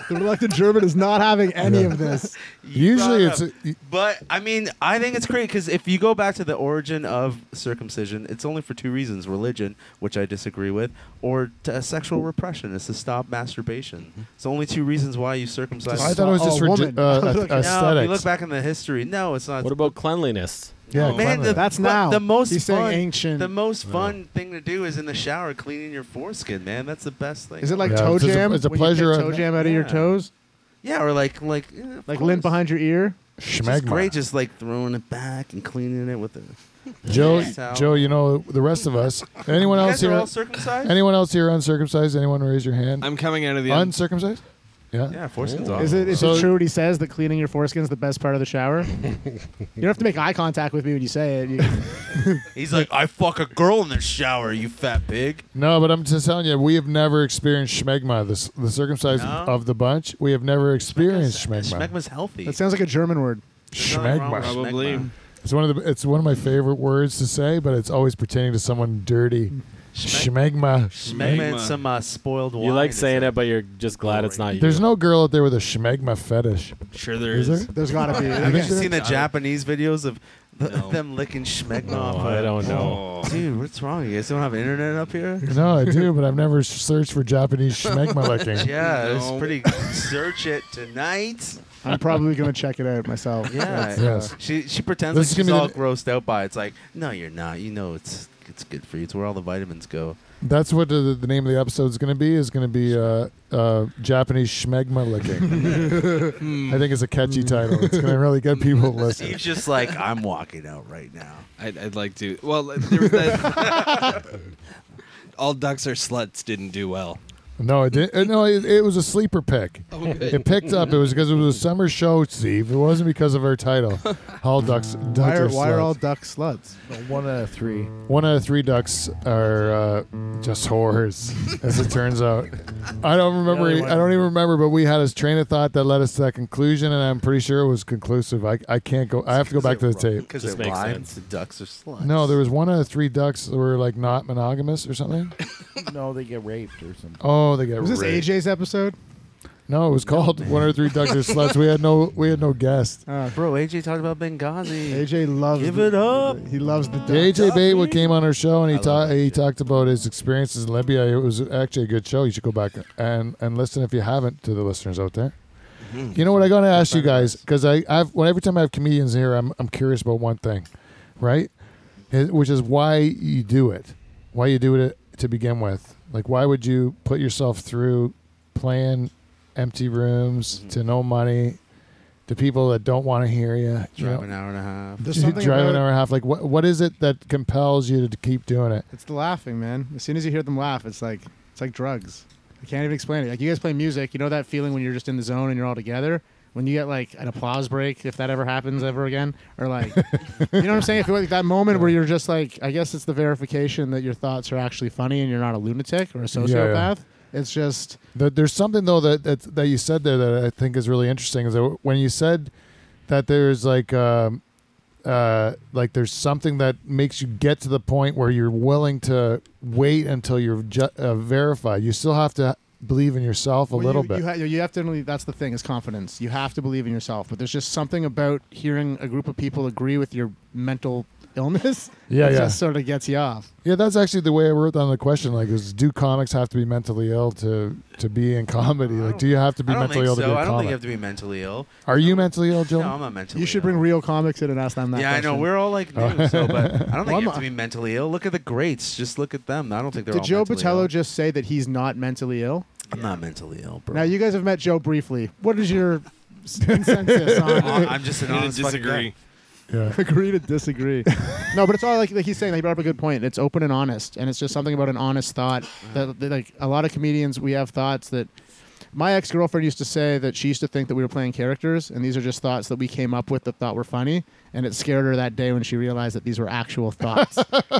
S11: The reluctant German is not having any
S2: Yeah.
S11: of this.
S8: You
S2: Usually, it's
S8: brought it up.
S2: y-
S8: But I mean, I think it's great because if you go back to the origin of circumcision, it's only for two reasons: religion, which I disagree with, or t- uh, sexual repression. It's to stop masturbation. It's the only two reasons why you circumcise.
S2: I thought it was
S11: Oh,
S2: just for
S11: woman.
S2: ju- uh, a-
S8: no, if you look
S2: aesthetics.
S8: back in the history, no, it's not.
S1: What about cleanliness?
S2: Yeah,
S4: Oh,
S8: Man,
S2: cleanliness.
S8: the,
S11: That's
S8: but
S11: now.
S8: the most
S11: He's saying
S8: fun,
S11: ancient.
S8: The most fun thing to do is in the shower cleaning your foreskin, man. That's the best thing.
S11: Is it like
S2: Yeah,
S11: toe
S2: it's a-
S11: jam?
S2: it's a
S11: When you take
S2: pleasure of-
S11: toe jam out of your
S8: Yeah.
S11: toes,
S8: yeah, or like like yeah, of
S11: like lint
S8: course.
S11: behind your ear.
S8: It's just
S2: Schmegma.
S8: great, just like throwing it back and cleaning it with the.
S2: Joe,
S8: Yeah.
S2: Joe, you know the rest of us. Anyone
S8: You
S2: else
S8: guys are
S2: here?
S8: all circumcised.
S2: Anyone else here uncircumcised? Anyone raise your hand?
S4: I'm coming out of the
S2: uncircumcised? Yeah.
S8: yeah, foreskins
S1: Ooh.
S8: off.
S11: Is it is
S2: So-
S11: it true what he says that cleaning your foreskin is the best part of the shower? you don't have to make eye contact with me when you say it. You,
S8: He's like, I fuck a girl in the shower, you fat pig.
S2: No, but I'm just telling you, we have never experienced schmegma. The, s- the circumcised
S8: No?
S2: of the bunch, we have never experienced schmegma.
S8: Schmegma's healthy.
S11: that sounds like a German word.
S8: There's nothing wrong
S2: Schmegma.
S8: with
S4: Probably.
S8: Schmegma.
S2: It's one of the. It's one of my favorite words to say, but it's always pertaining to someone dirty. Schmegma.
S8: Schmeg- Schmegma and
S4: Schmegma.
S8: some uh, spoiled wine.
S1: You like
S8: is
S1: saying
S8: a-
S1: it, but you're just glad it's not you.
S2: There's no girl out there with a schmegma fetish.
S4: Sure, there
S2: Is
S4: is.
S2: there?
S11: There's got to be.
S8: Have you
S2: Is there?
S8: seen the Japanese videos of the,
S4: No.
S8: them licking Schmegma
S1: Oh,
S8: off?
S1: I
S8: a-
S1: don't know.
S4: Oh.
S8: Dude, what's wrong? You guys don't have internet up here?
S2: No, I do, but I've never searched for Japanese schmegma licking.
S8: Yeah,
S4: No.
S8: it's pretty. Search it tonight.
S11: I'm probably gonna check it out myself.
S8: Yeah.
S2: Yes.
S8: She she pretends
S2: This is
S8: like
S2: gonna
S8: she's
S2: be
S8: all
S2: the-
S8: grossed out by it. It's like, no, you're not. You know, it's it's good for you. It's where all the vitamins go.
S2: That's what the, the name of the episode is going to be. Is going to be uh, uh, Japanese schmegma licking. I think it's a catchy title. It's going to really get people to listen.
S8: Steve's just like, I'm walking out right now.
S4: I'd, I'd like to. Well, there was that. All ducks are sluts didn't do well.
S2: No, it didn't. uh, No, it, it was a sleeper pick.
S4: Oh,
S2: It picked up. It was because it was a summer show, Steve. It wasn't because of our title. All ducks. ducks
S11: Why are,
S2: are
S11: why are all
S2: sluts.
S11: ducks sluts?
S7: One out of three.
S2: One out of three ducks are uh, just whores, as it turns out. I don't remember. e,
S7: The other one-
S2: I don't even remember. But we had a train of thought that led us to that conclusion, and I'm pretty sure it was conclusive. I, I can't go. I have to go back to the tape.
S8: Because
S1: Just
S8: it
S1: makes
S8: rhymes.
S1: sense.
S8: The ducks are sluts.
S2: No, there was one out of three ducks that were like not monogamous or something.
S7: No, they get raped or something.
S2: Oh, they got
S11: Was this
S2: raped.
S11: AJ's episode?
S2: No, it was called one out of three ducks are sluts. We had no. We had no guest.
S11: Uh,
S8: Bro, AJ talked about Benghazi.
S11: AJ loves.
S8: Give
S11: the-
S8: it up.
S11: He loves the ducks.
S2: AJ Batewood came on our show and he
S8: I love
S2: talked
S8: that
S2: he
S8: shit.
S2: talked about his experiences in Libya. It was actually a good show. You should go back and, and listen if you haven't to the listeners out there. You know what? I got to ask you guys because I I've when every time I have comedians here, I'm I'm curious about one thing, right? It- Which is why you do it, why you do it uh, to begin with. Like, why would you put yourself through playing empty rooms
S11: Mm-hmm.
S2: to no money, to people that don't want to hear you? you know?
S8: Drive an hour and a half.
S11: There's
S2: You
S11: something
S2: drive an
S11: about-
S2: hour and a half. Like, what what is it that compels you to keep doing it?
S11: It's the laughing, man. As soon as you hear them laugh, it's like it's like drugs. I can't even explain it. Like you guys play music, you know that feeling when you're just in the zone and you're all together. when you get like an applause break, if that ever happens ever again, or like, you know what I'm saying? If it was like that moment where you're just like, I guess it's the verification that your thoughts are actually funny and you're not a lunatic or a sociopath. It's just
S2: There- There's something though that, that that you said there that I think is really interesting is that when you said that there's like um, uh, like there's something that makes you get to the point where you're willing to wait until you're ju- uh, verified. You still have to believe in yourself a
S11: Well,
S2: little
S11: you,
S2: bit.
S11: You, ha- you have to. really- That's the thing is confidence. You have to believe in yourself. But there's just something about hearing a group of people agree with your mental illness.
S2: Yeah,
S11: that
S2: yeah.
S11: Just sort of gets you off.
S2: yeah, that's actually the way I wrote down the question. Like, is do comics have to be mentally ill to to be in comedy? Like, do you have to be
S8: I don't
S2: mentally
S8: think
S2: ill to be
S8: so.
S2: a
S8: I don't think
S2: comic?
S8: you have to be mentally ill.
S2: Are you mentally ill, Joel?
S8: No, I'm not mentally.
S11: You should
S8: ill.
S11: bring real comics in and ask them that.
S8: Yeah, I know.
S11: question.
S8: We're all like new, so but I don't think
S11: Well,
S8: you
S11: I'm-
S8: have to be mentally ill. Look at the greats. Just look at them. I don't think they're
S11: Did
S8: all
S11: Joe
S8: mentally
S11: Botello
S8: ill.
S11: just say that he's not mentally ill?
S8: I'm not mentally ill, bro.
S11: Now you guys have met Joe briefly. What is your s- consensus on?
S8: I'm just an
S1: I'm gonna
S8: honest fucking guy.
S1: disagree.
S2: yeah.
S11: agree to disagree. no, but it's all like, like he's saying. They brought up a good point. It's open and honest, and it's just something about an honest thought that, that, like a lot of comedians we have thoughts that. My ex girlfriend used to say that she used to think that we were playing characters, and these are just thoughts that we came up with that thought were funny, and it scared her that day when she realized that these were actual thoughts.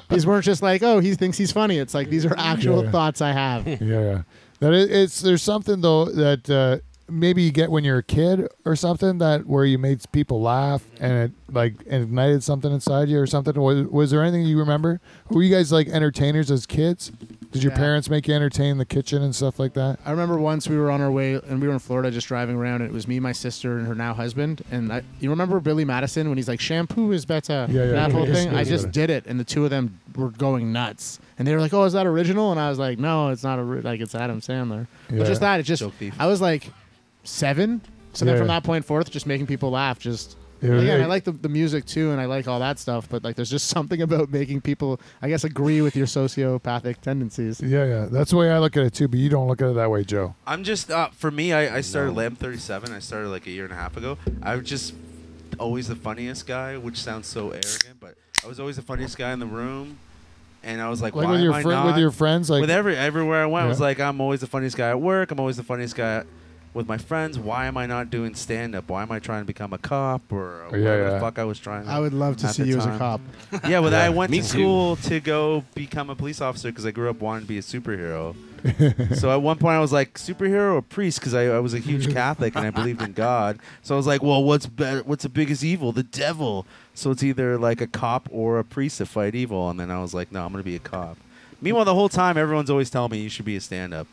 S11: these weren't just like, oh, he thinks he's funny. It's like these are actual
S2: Yeah.
S11: thoughts I have.
S2: yeah, yeah. That it, it's there's something though that uh, maybe you get when you're a kid or something that where you made people laugh and it like ignited something inside you or something. Was, was there anything you remember? Were you guys like entertainers as kids? Did your
S11: Yeah.
S2: parents make you entertain in the kitchen and stuff like that?
S11: I remember once we were on our way and we were in Florida just driving around and it was me, my sister, and her now husband. And I, you remember Billy Madison when he's like, shampoo is better.
S2: Yeah, yeah,
S11: that whole
S2: yeah,
S11: thing.
S2: yeah,
S11: I just
S2: yeah.
S11: did it and the two of them were going nuts. And they were like, oh, is that original? And I was like, no, it's not a, like it's Adam Sandler.
S2: Yeah.
S11: But just that, it just,
S8: Joke thief.
S11: I was like seven. So
S2: Yeah,
S11: then from
S2: yeah.
S11: that point forth, just making people laugh, just.
S2: Yeah,
S11: Again,
S2: yeah.
S11: I like the, the music too, and I like all that stuff. But like, there's just something about making people, I guess, agree with your sociopathic tendencies.
S2: Yeah, yeah. That's the way I look at it too. But you don't look at it that way, Joe.
S8: I'm just uh, for me. I, I started Lamb 37. I started like a year and a half ago. I was just always the funniest guy, which sounds so arrogant, but I was always the funniest guy in the room. And I was like,
S2: Like
S8: why
S2: with your
S8: am I
S2: fri-
S8: not?
S2: with your friends, like
S8: with every everywhere I went, I was
S2: Yeah.
S8: like, I'm always the funniest guy at work. I'm always the funniest guy with my friends. Why am I not doing stand up? Why am I trying to become a cop or whatever
S2: yeah.
S8: the fuck I was trying?
S11: I would love to
S8: At
S11: see
S8: the
S11: you as a
S8: time.
S11: cop.
S8: Yeah, well, I went
S4: me
S8: to
S4: too.
S8: school to go become a police officer because I grew up wanting to be a superhero. so at one point I was like superhero or priest because I, I was a huge Catholic and I believed in God. So I was like, well, what's better? What's the biggest evil? The devil. So it's either like a cop or a priest to fight evil. And then I was like, no, I'm gonna be a cop. Meanwhile, the whole time everyone's always telling me you should be a stand-up.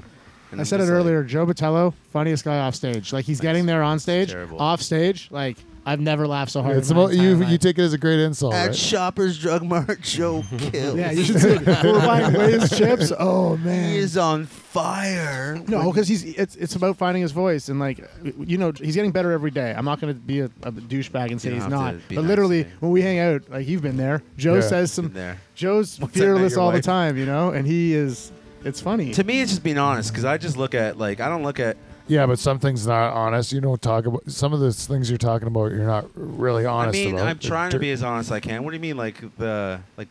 S8: And
S11: I
S8: I'm
S11: said it
S8: just like,
S11: earlier. Joe Botello, funniest guy off stage. Like he's getting there on stage,
S8: Terrible.
S11: off stage. Like I've never laughed so hard.
S2: it's
S11: in my
S2: about,
S11: entire
S2: you.
S11: life.
S2: You take it as a great insult.
S10: At
S2: right?
S10: Shoppers Drug Mart, Joe kills.
S11: yeah, you should see. it. We're buying Lay's chips. Oh
S10: He
S11: man.
S10: is on fire.
S11: No, because he's it's it's about finding his voice and like you know he's getting better every day. I'm not going to be a, a douchebag and say
S8: You
S11: he's
S8: don't have
S11: not.
S8: to be
S11: But
S8: nice
S11: literally
S8: to me.
S11: when we hang out, like you've been there. Joe
S2: Yeah.
S11: says some.
S8: Been there.
S11: Joe's
S8: Once I met
S11: fearless
S8: your
S11: all the
S8: wife.
S11: time, you know, and he is. It's funny.
S8: To me, it's just being honest because I just look at like I don't look at
S2: Yeah, but some things not honest. You don't talk about some of the things you're talking about. You're not really honest.
S8: I mean,
S2: about.
S8: I'm trying to
S2: Dirt-
S8: be as honest as I can. What do you mean, like the like?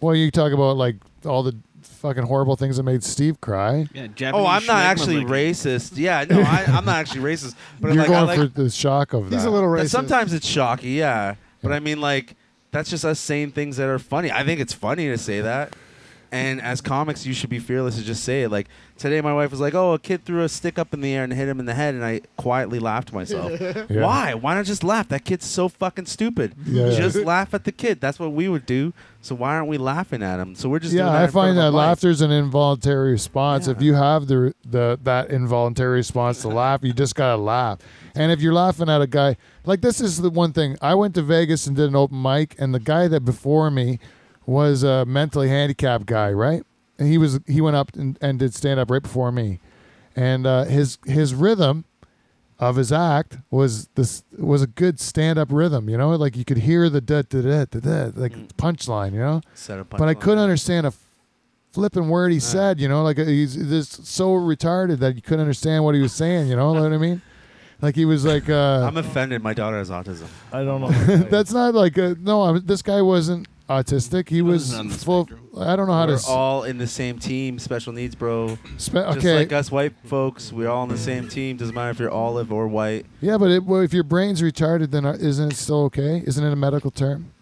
S2: Well, you talk about like all the fucking horrible things that made Steve cry.
S4: Yeah, Japanese
S8: Oh, I'm not
S4: schmegma
S8: actually
S4: liquor.
S8: racist. Yeah, no, I, I'm not actually racist. But
S2: You're
S8: like, I
S2: going
S8: like
S2: for the shock of that.
S11: he's a little
S8: that
S11: racist.
S8: sometimes it's shocky. Yeah, but I mean, like that's just us saying things that are funny. I think it's funny to say that. And as comics, you should be fearless to just say it. Like today, my wife was like, "Oh, a kid threw a stick up in the air and hit him in the head," and I quietly laughed to myself.
S2: Yeah.
S8: Why? Why not just laugh? That kid's so fucking stupid.
S2: Yeah, yeah.
S8: Just laugh at the kid. That's what we would do. So why aren't we laughing at him? So we're just
S2: yeah,
S8: Doing that
S2: I
S8: in front
S2: find
S8: of a
S2: that
S8: mic.
S2: laughter is an involuntary response. If
S8: Yeah.
S2: you have the the that involuntary response to laugh, you just gotta laugh. And if you're laughing at a guy like this is the one thing I went to Vegas and did an open mic, and the guy that before me was a mentally handicapped guy, right? And he was he went up and, and did stand up right before me, and uh, his his rhythm of his act was this was a good stand up rhythm, you know, like you could hear the da da da da da like
S8: Mm.
S2: punchline, you know
S8: Set a
S2: but I
S8: punchline.
S2: couldn't understand a flipping word he said. You know, like uh, he's just so retarded that you couldn't understand what he was saying. You know, know what I mean? Like he was like, uh,
S8: I'm offended. My daughter has autism.
S7: I don't know.
S2: that's not like uh no. I'm, this guy wasn't autistic. He was
S4: on the
S2: full. I don't know how
S8: We're
S2: to. s-
S8: all in the same team, special needs, bro.
S2: spe-
S8: Just
S2: okay.
S8: like us white folks, we're all on the same team. Doesn't matter if you're olive or white.
S2: yeah, but it, well, if your brain's retarded, then uh, isn't it still okay? Isn't it a medical term?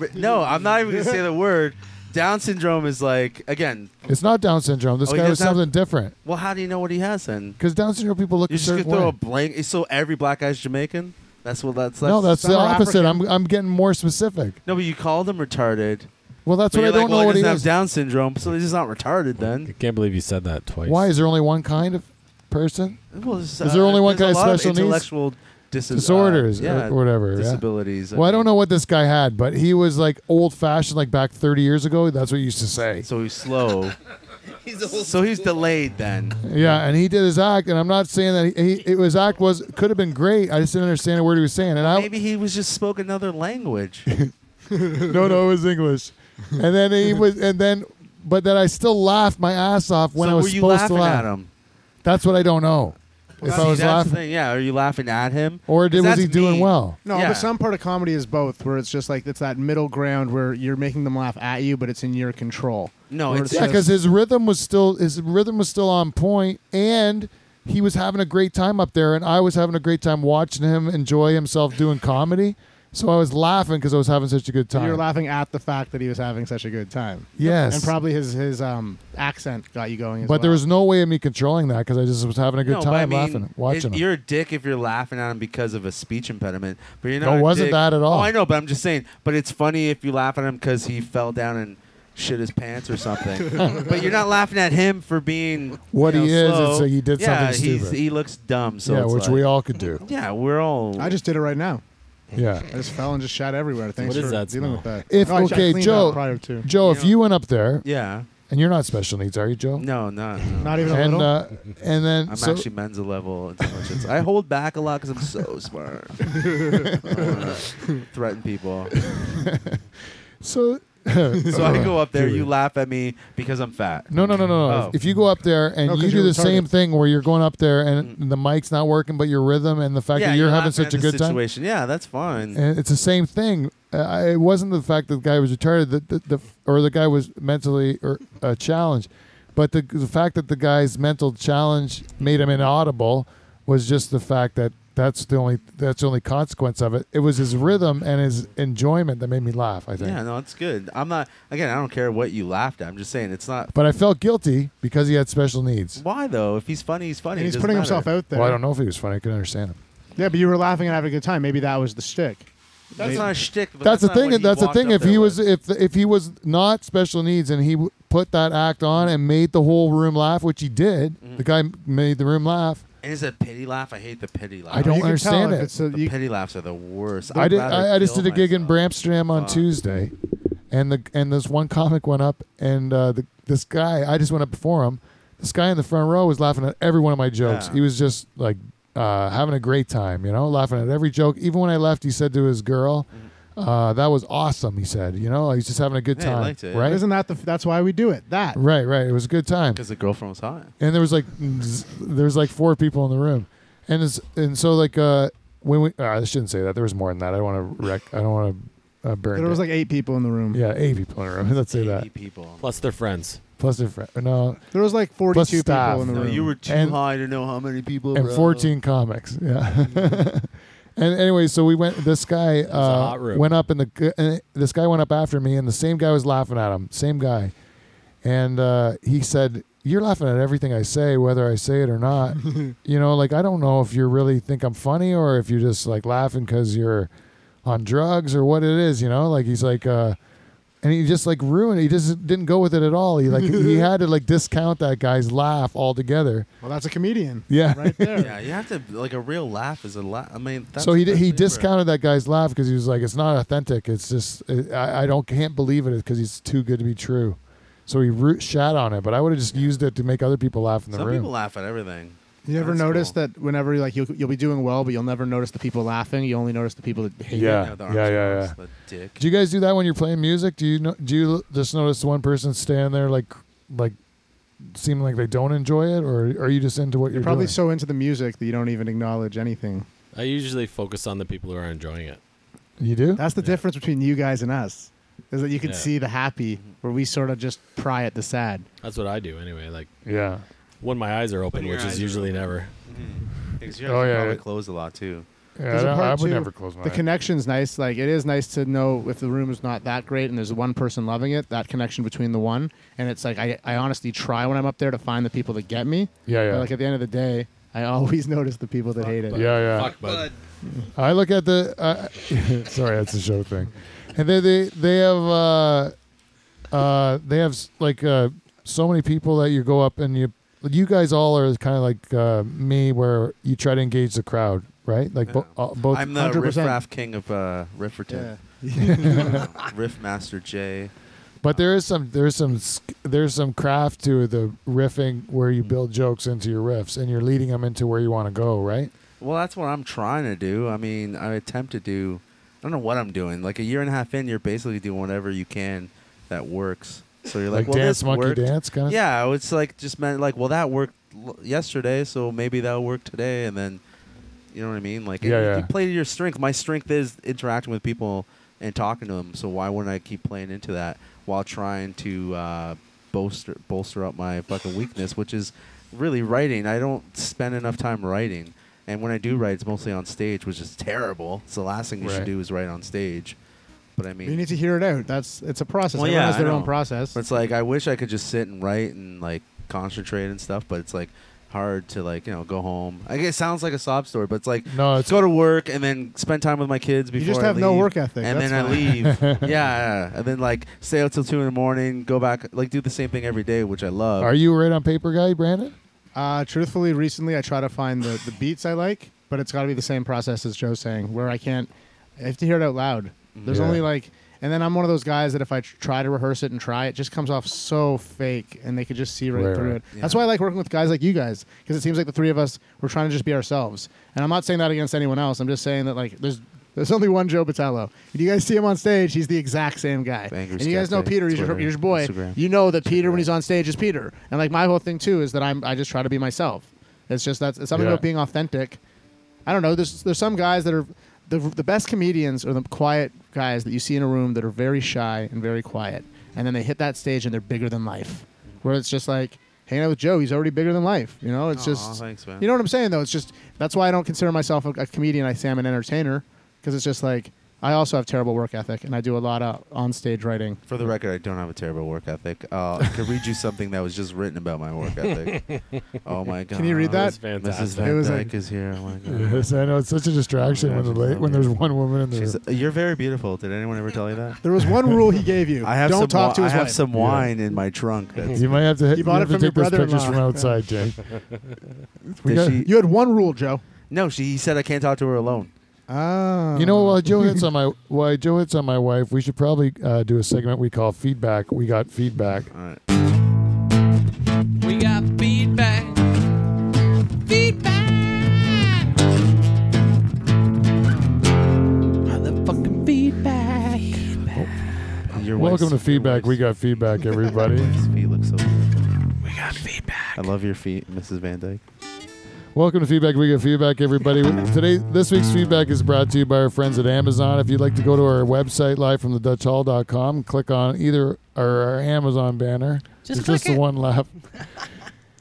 S8: R- No, I'm not even gonna say the word. Down syndrome is like again.
S2: It's not Down syndrome. This
S8: Oh, he
S2: guy was
S8: does not-
S2: something different.
S8: Well, how do you know what he has then?
S2: Because Down syndrome people look
S8: You're
S2: a
S8: just gonna
S2: certain
S8: throw
S2: way.
S8: a blank. So every black guy's Jamaican. That's what that's. that's
S2: no, that's the
S11: some are
S2: opposite. I'm,
S11: African.
S2: I'm getting more specific.
S8: no, but you call them retarded.
S2: Well, that's
S8: but
S2: what
S8: you're
S2: I don't
S8: like, well,
S2: know
S8: he
S2: what he
S8: doesn't have
S2: is.
S8: Down syndrome, so he's not retarded
S1: I
S8: then.
S1: can't believe you said that twice.
S2: Why is there only one kind of person?
S8: Well, uh, is
S2: there only one kind of special needs?
S8: intellectual dis- uh,
S2: Disorders or
S8: yeah,
S2: whatever, yeah.
S8: Disabilities.
S2: Well, I don't know what this guy had, but he was like old fashioned, like back 30 years ago. That's what he used to say.
S8: So he's slow.
S4: He's old
S8: so he's delayed then.
S2: Yeah, and he did his act, and I'm not saying that he, he it was act was could have been great. I just didn't understand a word he was saying, and I
S8: Maybe he was just spoke another language.
S2: no, no, it was English. And then he was, and then, but then I still laughed my ass off when
S8: so
S2: I was
S8: were you
S2: supposed to
S8: laughing
S2: laugh.
S8: at him?
S2: That's what I don't know. If
S8: See,
S2: I was
S8: that's the
S2: laughing,
S8: thing, yeah. Are you laughing at him?
S2: or did
S8: 'Cause
S2: was he
S8: that's
S2: doing
S8: mean.
S2: well?
S11: No,
S8: Yeah.
S11: but some part of comedy is both, where it's just like it's that middle ground where you're making them laugh at you, but it's in your control.
S8: No,
S11: Where
S8: it's
S2: Yeah, because his rhythm was still his rhythm was still on point, and he was having a great time up there, and I was having a great time watching him enjoy himself doing comedy. So I was laughing because I was having such a good time.
S11: You're laughing at the fact that he was having such a good time.
S2: Yes.
S11: and probably his his um, accent got you going. As
S2: but there
S11: well.
S2: was no way of me controlling that because I just was having a good
S8: no, but I
S2: time
S8: mean,
S2: laughing, watching
S8: it-
S2: him.
S8: You're a dick if you're laughing at him because of a speech impediment. But you're
S2: No,
S8: not.
S2: it
S8: a
S2: wasn't
S8: dick-
S2: that at all.
S8: Oh, I know, but I'm just saying. But it's funny if you laugh at him because he fell down and shit his pants or something. but you're not laughing at him for being
S2: What
S8: you
S2: he
S8: know,
S2: is is
S8: slow.
S2: that he did
S8: yeah,
S2: something
S8: he's-
S2: stupid.
S8: he looks dumb. So
S2: yeah,
S8: it's
S2: which
S8: like-
S2: we all could do.
S8: Yeah, we're all.
S11: I just did it right now.
S2: Yeah.
S11: I just fell and just shot everywhere. Thanks
S1: What is
S11: for
S1: that
S11: dealing
S1: smell?
S11: with that.
S2: If-
S11: No, I- I
S2: okay,
S11: cleaned
S2: Joe-
S11: up prior to
S2: Joe, if you went up there,
S8: yeah.
S2: and you're not special needs, are you, Joe?
S8: No, not.
S11: not even a
S2: And
S11: little.
S2: uh, and then
S8: I'm
S2: so
S8: actually Mensa level intelligence. I hold back a lot because I'm so smart. I don't wanna threaten people.
S2: so
S8: So I go up there, you laugh at me because I'm fat.
S2: No, no, no, no. no.
S8: Oh.
S2: If you go up there and
S11: No, 'cause
S2: you do
S11: you're
S2: the
S11: retarded.
S2: same thing where you're going up there and
S8: Mm.
S2: the mic's not working, but your rhythm and the fact that you're having
S8: laughing
S2: such
S8: at
S2: a
S8: the
S2: good time,
S8: situation. Yeah, that's fine.
S2: and it's the same thing. Uh, I- it wasn't the fact that the guy was retarded, that the, the or the guy was mentally or uh, challenged, but the, the fact that the guy's mental challenge made him inaudible was just the fact that that's the only that's the only consequence of it. It was his rhythm and his enjoyment that made me laugh. I think.
S8: yeah, no, it's good. I'm not. Again, I don't care what you laughed at. I'm just saying it's not.
S2: But I felt guilty because he had special needs.
S8: Why though? If he's funny, he's funny.
S11: and
S8: It
S11: he's
S8: doesn't
S11: putting
S8: matter.
S11: himself out there.
S2: Well, I don't know if he was funny. I could understand him.
S11: Yeah, but you were laughing and having a good time. Maybe that was the stick.
S8: That's not a shtick. but
S2: that's the
S8: not
S2: thing.
S8: what he
S2: That's the
S8: walked
S2: thing.
S8: up
S2: If
S8: there
S2: he
S8: with.
S2: was if if he was not special needs and he w- put that act on and made the whole room laugh, which he did,
S8: Mm-hmm.
S2: the guy m- made the room laugh.
S8: and it's a pity laugh. I hate the pity laugh.
S2: I don't
S11: You can tell
S2: understand
S11: if
S2: it.
S11: it's a-
S8: The
S11: you-
S8: pity laughs are the worst.
S2: I
S8: I'd
S2: did.
S8: rather
S2: I, I just
S8: kill
S2: did a gig in
S8: myself.
S2: Bramstram on
S8: Fuck.
S2: Tuesday, and the and this one comic went up and uh, the, this guy. I just went up before him. This guy in the front row was laughing at every one of my jokes.
S8: Yeah.
S2: He was just like uh, having a great time, you know, laughing at every joke. Even when I left, he said to his girl. Uh, that was awesome, he said. You know, he's just having a good
S8: Mm-hmm. Yeah, he
S2: time,
S8: liked it.
S2: right?
S11: Isn't that the? That's why we do it. That.
S2: Right, right. It was a good time,
S8: Because the girlfriend was hot.
S2: and there was like z- there was like four people in the room, and it's, and so like uh when we uh, I shouldn't say that there was more than that. I don't want to wreck. I don't want to uh, burn.
S11: There was
S2: it.
S11: like eight people in the room.
S2: yeah, eight people in the room. Let's say that.
S8: 80 people.
S1: Plus, they're friends.
S2: Plus their friend. No,
S11: There was like
S2: Plus
S11: 42
S2: staff.
S11: people in the
S8: No,
S11: room.
S8: you were too
S2: And-
S8: high to know how many people.
S2: and
S8: bro.
S2: fourteen comics. Yeah. and anyway, so we went. This guy
S1: Mm-hmm. a
S2: uh,
S1: hot room.
S2: went up, and the g- and this guy went up after me, and the same guy was laughing at him. Same guy, and uh, he said. You're laughing at everything I say, whether I say it or not. you know, like I don't know if you really think I'm funny or if you're just like laughing because you're on drugs or what it is. You know, like he's like, uh, and he just like ruined. It. He just didn't go with it at all. He like he had to like discount that guy's laugh altogether.
S11: well, that's a comedian.
S2: Yeah.
S11: Right there.
S8: Yeah, you have to like a real laugh is a laugh. I mean, that's
S2: so he di-
S8: that's
S2: he
S8: it, bro.
S2: discounted that guy's laugh because he was like, "It's not authentic. It's just it, I, I don't can't believe it because it's too good to be true." So he root, shat on it, but I would have just used it to make other people laugh in the
S8: Some
S2: room.
S8: people laugh at everything.
S11: You ever
S8: That's
S11: notice
S8: cool.
S11: that whenever like you'll, you'll be doing well, but you'll never notice the people laughing. You only notice the people that hate
S2: Yeah.
S11: it.
S8: the
S2: yeah,
S8: arms
S2: yeah,
S8: across, The dick.
S2: do you guys do that when you're playing music? Do you know, do you l- just notice one person stand there like like seeming like they don't enjoy it, or are you just into what you're,
S11: You're probably
S2: doing?
S11: so into the music that you don't even acknowledge anything.
S1: I usually focus on the people who are enjoying it.
S2: you do?
S11: That's the difference between you guys and us. is that you can
S1: Yeah.
S11: see the happy where we sort of just pry at the sad.
S1: That's what I do anyway. Like
S2: Yeah.
S1: when my eyes are open,
S4: your
S1: which
S4: eyes
S1: is
S4: are
S1: usually never.
S8: Because you
S2: Oh,
S8: guys
S2: yeah.
S8: probably close a lot too.
S2: Yeah, I,
S11: There's a
S2: don't-
S11: part
S2: I would
S11: too,
S2: never close my
S11: The
S2: eyes.
S11: connection's nice. Like it is nice to know if the room is not that great and there's one person loving it, that connection between the one. And it's like I, I honestly try when I'm up there to find the people that get me.
S2: Yeah, yeah.
S11: But like at the end of the day, I always notice the people that hate it.
S2: yeah, yeah.
S1: Fuck, bud.
S2: I look at the. Uh, sorry, that's a show thing. And they they they have uh, uh, they have s- like uh, so many people that you go up and you you guys all are kind of like uh, me where you try to engage the crowd, right? Like bo- uh, both.
S8: I'm the
S11: 100%.
S8: riffraff king of uh, Rifferton. Riff Master J.
S2: but there is some there's some sk- there's some craft to the riffing where you build jokes into your riffs and you're leading them into where you want to go, right?
S8: Well, that's what I'm trying to do. I mean, I attempt to do. I don't know what I'm doing. Like a year and a half in, you're basically doing whatever you can that works. So you're like,
S2: Like,
S8: well,
S2: dance
S8: this
S2: monkey
S8: worked.
S2: dance kind of.
S8: Yeah, it's like just meant like, well, that worked l- yesterday, so maybe that'll work today, and then, you know what I mean? Like,
S2: Yeah,
S8: if
S2: yeah.
S8: you play to your strength. My strength is interacting with people and talking to them. So why wouldn't I keep playing into that while trying to uh, bolster bolster up my fucking weakness, which is really writing. I don't spend enough time writing, and when I do write, it's mostly on stage, which is terrible. It's the last thing you
S2: Right.
S8: should do is write on stage. But I mean,
S11: You need to hear it out. That's it's a process.
S8: Well,
S11: Everyone
S8: yeah,
S11: has their
S8: I
S11: own
S8: know.
S11: process.
S8: it's like I wish I could just sit and write and like concentrate and stuff, but it's like hard to like you know go home. I guess it sounds like a sob story, but it's like
S2: No, it's
S8: let's go to work and then spend time with my kids before
S11: you just
S8: I
S11: have no
S8: leave,
S11: work ethic.
S8: and
S11: That's
S8: then I
S11: fine.
S8: leave. yeah, yeah, and then like stay out till two in the morning, go back, like do the same thing every day, which I love.
S2: Are you right on paper guy, Brandon?
S11: Uh, truthfully, recently I try to find the, the beats I like, but it's got to be the same process as Joe's saying, where I can't. I have to hear it out loud.
S8: Mm-hmm.
S11: There's
S2: Yeah.
S11: only like, and then I'm one of those guys that if I tr- try to rehearse it and try, it just comes off so fake, and they could just see right,
S2: Right,
S11: through
S2: right.
S11: it. That's why I like working with guys like you guys, because it seems like the three of us we're trying to just be ourselves. And I'm not saying that against anyone else. I'm just saying that like there's. There's only one Joe Batello. If you guys see him on stage, he's the exact same guy.
S8: Bangers
S11: and you guys know
S8: Cafe,
S11: Peter. He's your,
S8: Twitter,
S11: he's your boy.
S8: Instagram.
S11: You know that Peter when he's on stage is Peter. And like my whole thing too is that I'm I just try to be myself. It's just that's it's something
S2: Yeah.
S11: about being authentic. I don't know. There's there's some guys that are the the best comedians are the quiet guys that you see in a room that are very shy and very quiet, and then they hit that stage and they're bigger than life. Where it's just like hanging out with Joe, he's already bigger than life. You know, it's
S8: Aw,
S11: just
S8: thanks, man.
S11: you know what I'm saying though. It's just that's why I don't consider myself a, a comedian. I say I'm an entertainer because it's just like I also have terrible work ethic and I do a lot of on stage writing.
S8: For the record, I don't have a terrible work ethic. Uh, I could read you something that was just written about my work ethic. oh my god!
S11: Can you read that?
S1: That's
S8: Mrs.
S1: fantastic.
S8: Van
S11: It was
S8: Dyke
S11: like-
S8: is here. Oh my god.
S2: Yes, I know it's such a distraction when the la- when there's one woman in the
S8: She's,
S2: room.
S8: you're very beautiful. Did anyone ever tell you that?
S11: There was one rule he gave you.
S8: I have
S11: don't
S8: some wi-
S11: talk to his
S8: I have
S11: wife.
S8: some wine in my trunk. That's,
S2: You might have to. You,
S11: bought
S2: have
S11: it
S2: to
S11: from your
S2: take those pictures from
S11: brother-in-law.
S2: outside, Jake. We
S8: Did
S2: got-
S8: she-
S11: You had one rule, Joe.
S8: no, she said I can't talk to her alone.
S11: Oh.
S2: You know, while Joe hits on my while Joe hits on my wife, we should probably uh, do a segment we call feedback. We got feedback.
S8: All right.
S6: We got feedback. Feedback. Motherfucking feedback.
S8: Oh, Your
S2: Welcome to
S8: wife's- your
S2: feedback. We
S8: wife's-
S2: got feedback, everybody.
S8: His feet look so beautiful.
S6: We got feedback.
S8: I love your feet, Mrs. Van Dyke.
S2: Welcome to feedback. We got feedback, everybody. Today, this week's feedback is brought to you by our friends at Amazon. If you'd like to go to our website live from the Dutch Hall.com, click on either our, our Amazon banner. Just There's just the one left.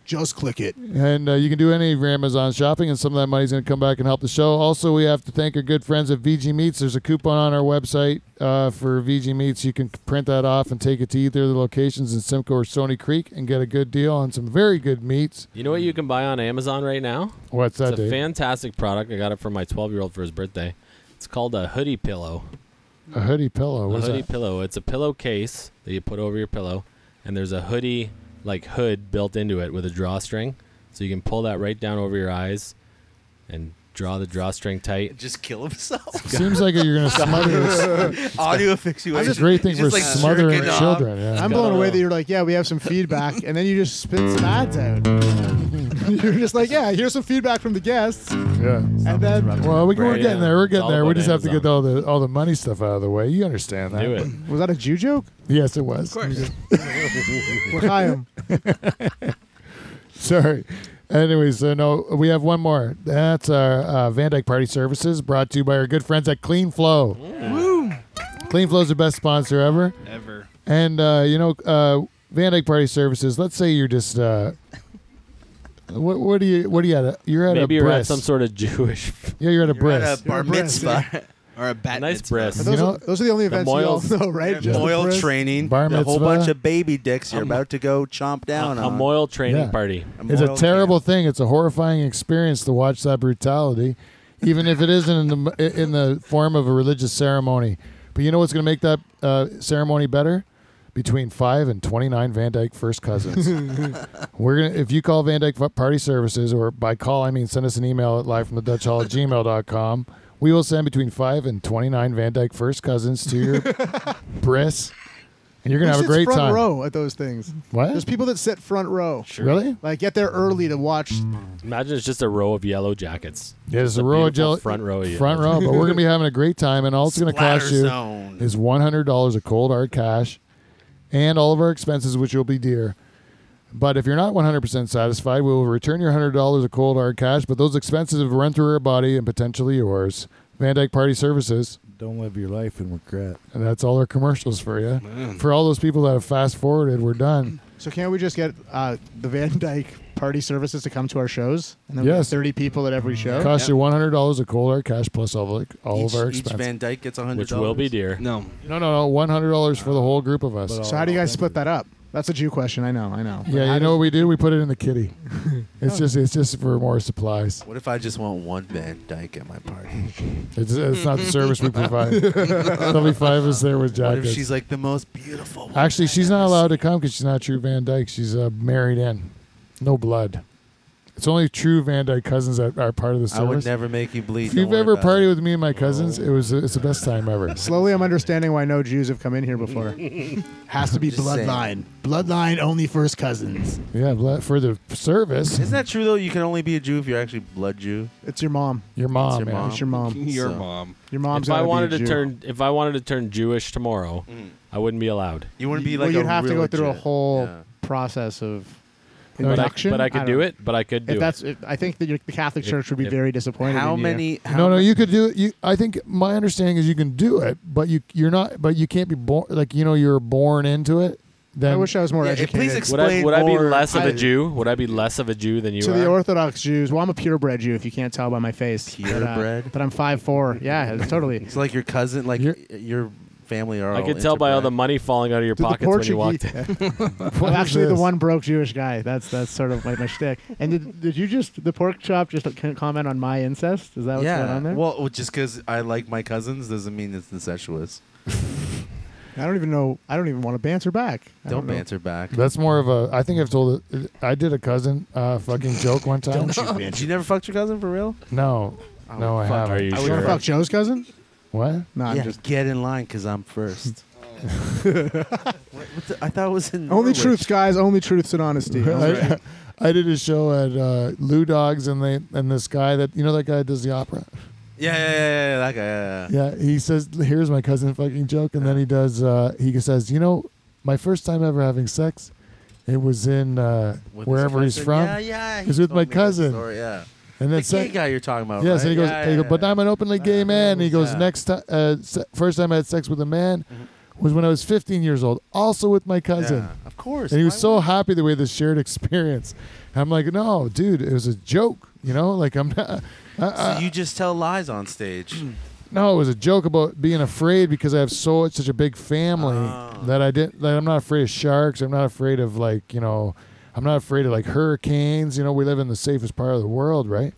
S9: Just click it.
S2: And uh, you can do any of your Amazon shopping, and some of that money's going to come back and help the show. Also, we have to thank our good friends at VG Meats. There's a coupon on our website uh, for VG Meats. You can print that off and take it to either of the locations in Simcoe or Stony Creek and get a good deal on some very good meats.
S1: You know what you can buy on Amazon right now?
S2: What's that,
S1: it's a
S2: Dave?
S1: fantastic product. I got it for my 12 year old for his birthday. It's called a hoodie pillow.
S2: A hoodie pillow.
S1: a
S2: What's
S1: hoodie
S2: that?
S1: pillow. It's a pillowcase that you put over your pillow, and there's a hoodie like hood built into it with a drawstring, so you can pull that right down over your eyes, and draw the drawstring tight.
S10: Just kill himself.
S2: Seems like you're going to smother.
S10: Audio asphyxiation.
S2: It's a great thing
S10: He's
S2: for
S10: just, like,
S2: smothering
S10: jerking off.
S2: children. Yeah.
S11: I'm
S1: got
S11: blown
S1: a
S11: away
S1: little-
S11: that you're like, yeah, we have some feedback, and then you just spit some ads out. you're just like, yeah, here's some feedback from the guests,
S2: yeah.
S11: and then
S2: Well, we, we're
S1: Right,
S2: getting
S1: yeah.
S2: there. We're
S1: It's
S2: getting
S1: all
S2: there. We
S1: about
S2: just have to get
S1: Amazon.
S2: all the all the money stuff out of the way. You understand that?
S1: Do it.
S11: was that a Jew joke?
S2: Yes, it was.
S11: L'chaim.
S2: Sorry. Anyway, so no, we have one more.
S1: Mm.
S2: That's our uh, Van Dyke Party Services, brought to you by our good friends at Clean Flow. Clean Flow's the best sponsor ever.
S4: Ever.
S2: And uh, you know, uh, Van Dyke Party Services. Let's say you're just uh, what? What do you? What do you at? A, you're at
S1: Maybe
S2: a
S1: you're at
S2: bris.
S1: some sort of Jewish.
S2: yeah, you're at a
S4: You're at
S2: bris.
S4: a bar
S11: You're a bris,
S4: mitzvah or a bat
S1: Nice
S4: mitzvah.
S1: bris.
S2: You
S11: But Those,
S2: know-
S11: are, those are the only events we all
S1: moils-
S11: know, right? Just
S8: Moil
S11: Chris?
S8: training.
S2: Bar
S8: a
S2: mitzvah.
S8: whole bunch of baby dicks you're
S1: Um,
S8: about to go chomp down
S1: a, a
S8: on.
S1: moil training
S2: Yeah.
S1: party.
S2: It's a
S8: moil
S2: terrible thing. It's a horrifying experience to watch that brutality, even if it isn't in the in the form of a religious ceremony. But you know what's going to make that uh, ceremony better? Between five and twenty nine Van Dyke first cousins. We're gonna if you call Van Dyke Fu- Party Services, or by call I mean send us an email at live from the Dutch Hall at gmail.com. We will send between five and twenty nine Van Dyke first cousins to your bris, and you're
S11: Who
S2: gonna have a
S11: sits
S2: great
S11: front
S2: time.
S11: row at those things?
S2: What?
S11: There's people that sit front row.
S2: Really?
S11: Like get there early to watch.
S1: Imagine it's just a row of yellow jackets.
S2: Yeah, it's
S1: a
S2: a row of
S1: beautiful
S2: jelly,
S1: front row of
S2: front row. But we're gonna be having a great time, and all it's gonna cost you
S8: zone.
S2: is one hundred dollars of cold hard cash, and all of our expenses, which will be dear. But if you're not one hundred percent satisfied, we will return your hundred dollars of cold hard cash. But those expenses have run through our body and potentially yours. Van Dyke Party Services,
S7: Don't live your life in regret.
S2: and that's all our commercials for you. For all those people that have fast forwarded, we're done.
S11: So can't we just get uh, the Van Dyke Party Services to come to our shows? And then we
S2: Yes.
S11: have 30 people at every show.
S2: Cost you one hundred dollars of cold hard cash plus all of, all
S8: Oh, each,
S2: of our
S8: each
S2: expenses.
S8: Van Dyke gets hundred.
S1: Which will be dear.
S4: No.
S2: no, no, no, one hundred dollars for the whole group of us.
S7: But
S11: So how do you guys split that up? That's a Jew question. I know. I know. But
S2: Yeah,
S11: how
S2: you
S11: do-
S2: know what we do? We put it in the kitty. It's just it's just for more supplies.
S8: What if I just want one Van Dyke at my party?
S2: It's, it's not the service we provide. There'll be five of us there with
S8: What if
S2: jackets.
S8: she's like the most beautiful? woman
S2: Actually, she's
S8: I've
S2: not
S8: ever
S2: allowed to come because she's not true Van Dyke. She's uh, married in, no blood. It's only true Van Dyke cousins that are part of the
S8: seen? I would
S2: service.
S8: never make you bleed.
S2: if
S8: don't
S2: you've
S8: worry
S2: ever
S8: about
S2: partied
S8: it.
S2: with me and my cousins, it was it's the best time ever.
S11: Slowly, I'm understanding why no Jews have come in here before. Has to be
S8: Just saying.
S11: bloodline. Bloodline only first cousins.
S2: Yeah, blood for the service.
S8: Isn't that true though? You can only be a Jew if you're actually blood Jew.
S11: It's your mom.
S2: Your mom,
S8: your
S2: man.
S8: mom.
S11: It's your mom.
S4: Your
S8: So-
S4: mom.
S11: Your mom's.
S1: if I
S11: gotta be a
S1: wanted to
S11: Jew.
S1: turn, if I wanted to turn Jewish tomorrow, I wouldn't be allowed.
S8: You wouldn't be
S11: well,
S8: like.
S11: you'd
S8: a
S11: have to
S8: real
S11: go through a
S8: Jew.
S11: whole
S8: Yeah.
S11: process of
S2: No,
S1: But I,
S11: induction.
S1: but I could
S11: don't
S1: do
S11: know.
S1: it. But I could do
S11: If that's,
S1: it.
S11: if, I think that your, the Catholic
S1: If-
S11: Church would be
S1: if-
S11: very disappointed.
S8: How
S11: in you.
S8: many? How
S2: No, no, you could do it. You, I think my understanding is you can do it, but you you're not, but you can't be born like you know you're born into it. Then
S11: I wish I was more
S8: Yeah, it-
S11: educated.
S8: please
S1: Would I,
S8: explain
S1: would I be
S8: more.
S1: less of
S11: I-
S1: a Jew? Would I be less of a Jew than you
S11: to
S1: are?
S11: the Orthodox Jews. Well, I'm a purebred Jew, if you can't tell by my face.
S8: Purebred?
S11: But, uh, but I'm five four. Yeah, it's totally.
S8: It's like your cousin, like
S2: You're-
S8: y- your family are.
S1: I
S8: all
S1: could tell by all the
S8: interbred.
S1: money falling out of your
S11: Dude,
S1: pockets when you walked in.
S11: I'm
S2: What is
S11: actually the
S2: this?
S11: one broke Jewish guy. That's that's sort of like my shtick. And did, did you just the pork chop just c- comment on my incest? Is that what's
S8: yeah.
S11: going on there?
S8: Well, well, just because I like my cousins doesn't mean it's incestuous.
S11: I don't even know. I don't even want to banter back. I
S8: Don't,
S11: know.
S8: banter back.
S2: That's more of a. I think I've told it. I did a cousin uh, fucking joke one time.
S8: Did you never fucked your cousin for real?
S2: No, no, I haven't.
S1: Are you
S11: You want
S1: sure?
S11: to fuck Joe's cousin?
S2: What?
S11: No, I'm
S8: yeah,
S11: just.
S8: get in line because I'm first. what, what the, I thought it was in
S11: Only
S8: Norwich.
S11: truths, guys. Only truths and honesty.
S2: I, I did a show at uh, Lou Dogs, and they and this guy that you know that guy that does the opera.
S8: Yeah, yeah, yeah, yeah, yeah, that guy. Yeah, yeah.
S2: Yeah, he says, "Here's my cousin fucking joke," and then he does. Uh, he says, "You know, my first time ever having sex, it was in uh,
S8: With his
S2: wherever he's
S8: cousin.
S2: from."
S8: Yeah, yeah. he
S2: He's with
S8: told
S2: my
S8: me this
S2: cousin.
S8: story, yeah.
S2: And then
S8: The gay
S2: second,
S8: guy you're talking about.
S2: yes,
S8: right?
S2: and he goes,
S8: Yeah,
S2: he
S8: yeah,
S2: goes, but
S8: yeah.
S2: I'm an openly gay
S8: Yeah,
S2: man. And he goes,
S8: yeah.
S2: next time, uh, se- first time I had sex with a man was when I was 15 years old, also with my cousin.
S8: Mm-hmm. Yeah, of course.
S2: And he
S8: why
S2: was so
S8: would-
S2: happy the way this shared experience. And I'm like, no, dude, it was a joke. You know, like I'm not. I, I,
S8: So you just tell lies on stage.
S2: no, it was a joke about being afraid because I have so such a big family
S8: Ah.
S2: that I didn't that I'm not afraid of sharks. I'm not afraid of like you know, I'm not afraid of like hurricanes. You know, we live in the safest part of the world, right?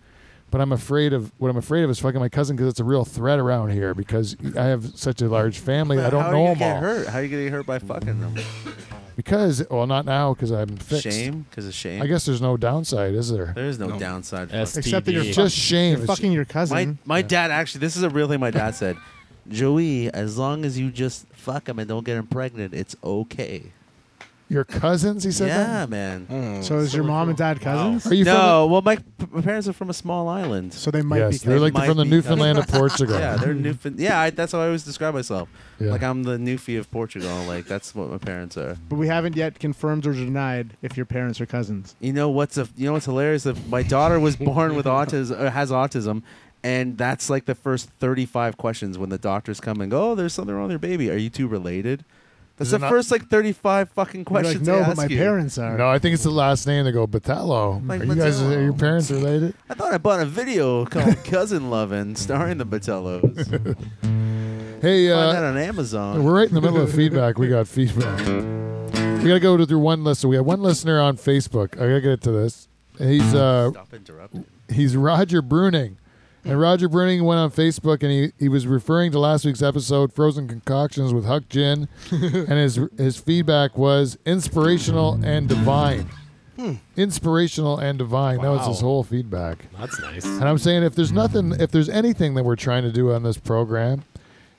S2: But I'm afraid of what I'm afraid of is fucking my cousin because it's a real threat around here because I have such a large family.
S8: But
S2: I don't
S8: how
S2: know
S8: are you
S2: them
S8: gonna
S2: all
S8: Get hurt? How are you gonna get hurt by fucking them?
S2: because well, not now because I'm fixed.
S8: Shame, because of shame.
S2: I guess there's no downside, is there?
S8: there is no,
S4: No.
S8: downside.
S1: STD.
S11: Except that you're
S2: It's just shame.
S11: You're
S2: It's-
S11: fucking your
S8: My
S11: cousin.
S8: my dad actually. This is a real thing. My dad said, "Joey, as long as you just fuck him and don't get him pregnant, it's okay."
S2: your cousins, he said.
S8: Yeah, man.
S11: so is your mom and dad cousins?
S2: That? Are you
S8: no,
S2: from?
S8: well, my, p- my parents are from a small island.
S11: So they
S2: The,
S11: might be.
S2: yes, they're
S11: cousins.
S2: like
S8: might
S2: from the
S8: be
S2: Newfoundland of Portugal.
S8: yeah, they're Newfie. Yeah, I, that's how I always describe myself.
S2: Yeah.
S8: Like I'm the Newfie of Portugal. Like that's what my parents are.
S11: but we haven't yet confirmed or denied if your parents are cousins.
S8: You know what's a, you know what's hilarious? If my daughter was born with autism, or has autism, And that's like the first 35 questions when the doctors come and go, oh, there's something wrong with your baby. Are you two related? That's
S2: They're
S8: the
S2: not-
S8: first like 35 fucking
S11: You're
S8: questions.
S11: like,
S8: they
S11: no, but
S8: ask
S11: my
S8: you.
S11: parents are.
S2: No, I think it's the last name. They go Batello.
S8: Like
S2: are you guys,
S8: Batello.
S2: are your parents related?
S8: I thought I bought a video called Cousin Lovin' starring the Batellos. Find
S2: Hey,
S8: that
S2: uh,
S8: on Amazon.
S2: we're right in the middle of feedback. We got feedback. We gotta go to through one listener. We have one listener on Facebook. I gotta get to this. He's uh,
S8: Stop interrupting.
S2: he's Roger Bruning. And Roger Bruning went on Facebook and he, he was referring to last week's episode, Frozen Concoctions with Huck Gin. and his his feedback was inspirational and divine. Inspirational and divine. That was his
S1: Wow.
S2: whole feedback.
S1: That's nice.
S2: And I'm saying if there's nothing, if there's anything that we're trying to do on this program,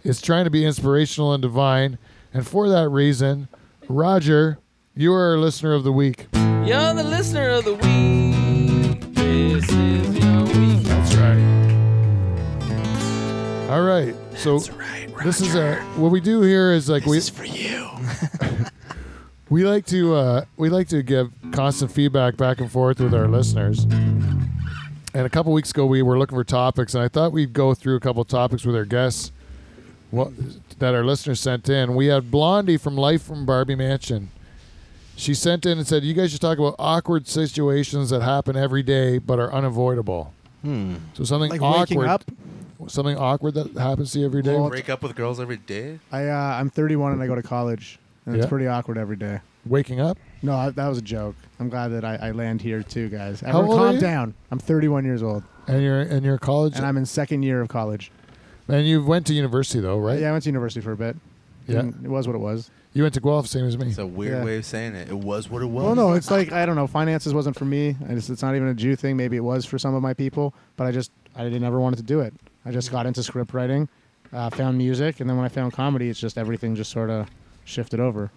S2: it's trying to be inspirational and divine. And for that reason, Roger, you are our listener of the week.
S6: You're the listener of the week. This is your week.
S2: That's right. All right. So this is a what we do here is like we
S10: for you.
S2: we like to uh, we like to give constant feedback back and forth with our listeners. And a couple weeks ago, we were looking for topics, and I thought we'd go through a couple topics with our guests what, that our listeners sent in. We had Blondie from Life from Barbie Mansion. She sent in and said, "You guys should talk about awkward situations that happen every day but are unavoidable." Hmm. So something
S11: Like
S2: awkward,
S11: waking up.
S2: something awkward that happens to you every day.
S8: Break up with girls every day?
S11: I uh, I'm 31 and I go to college, and it's
S2: Yeah.
S11: pretty awkward every day.
S2: Waking up.
S11: No, I, that was a joke. I'm glad that I, I land here too, guys.
S2: How
S11: Everyone,
S2: old are
S11: calm
S2: you?
S11: down. I'm 31 years old,
S2: And you're and you're a college,
S11: and I'm in second year of college.
S2: and you went to university though, right?
S11: Yeah, I went to university for a bit.
S2: Yeah.
S11: And it was what it was.
S2: You went to Guelph, same as me.
S8: It's a weird
S11: Yeah.
S8: way of saying it. It was what it was.
S11: Well, no, it's like I don't know. Finances wasn't for me. I just, it's not even a Jew thing. Maybe it was for some of my people, but I just I didn't ever wanted to do it. I just got into script writing, uh, found music, and then when I found comedy, it's just everything just sort of shifted over.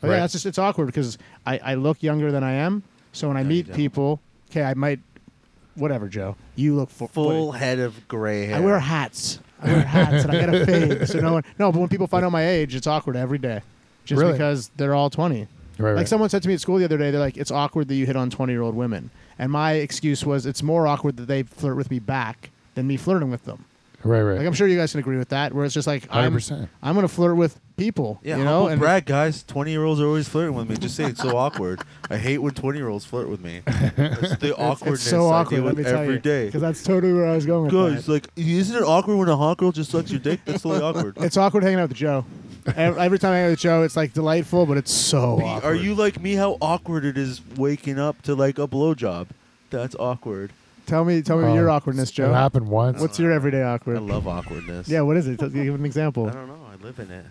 S11: But
S2: Right.
S11: yeah, it's just it's awkward because I, I look younger than I am. So when I
S8: No, you
S11: meet
S8: don't.
S11: people, okay, I might, whatever, Joe. You look for,
S8: full head of gray hair.
S11: I wear hats. I wear hats and I got a fade. So no one, no. But when people find out my age, it's awkward every day, just
S2: Really?
S11: because they're all twenty.
S2: Right,
S11: Like
S2: right.
S11: someone said to me at school the other day, they're like, "It's awkward that you hit on twenty-year-old women," and my excuse was, "It's more awkward that they flirt with me back than me flirting with them."
S2: right, right.
S11: Like I'm sure you guys can agree with that, where it's just like I'm,
S2: 100%.
S11: I'm gonna flirt with people,
S8: Yeah,
S11: you know,
S8: humble brag, guys. Twenty-year-olds are always flirting with me. Just saying, it's so awkward. I hate when twenty-year-olds flirt with me. It's the
S11: it's,
S8: awkwardness
S11: it's so
S8: I
S11: awkward.
S8: deal
S11: Let
S8: with
S11: me tell
S8: every
S11: you,
S8: day.
S11: because that's totally where I was going with
S8: Guys,
S11: that.
S8: like, isn't it awkward when a hot girl just sucks your dick? That's totally awkward.
S11: It's awkward hanging out with Joe. Ev- Every time I hang out with Joe, it's like delightful, but it's so awkward.
S8: Are you like me? How awkward it is waking up to like a blowjob? That's awkward.
S11: Tell me, tell me
S2: Oh,
S11: your awkwardness,
S2: It
S11: Joe.
S2: happened once.
S11: What's your everyday awkward?
S8: I love awkwardness.
S11: Yeah, what is it? Tell- Give an
S8: I
S11: example.
S8: don't know. I live in it.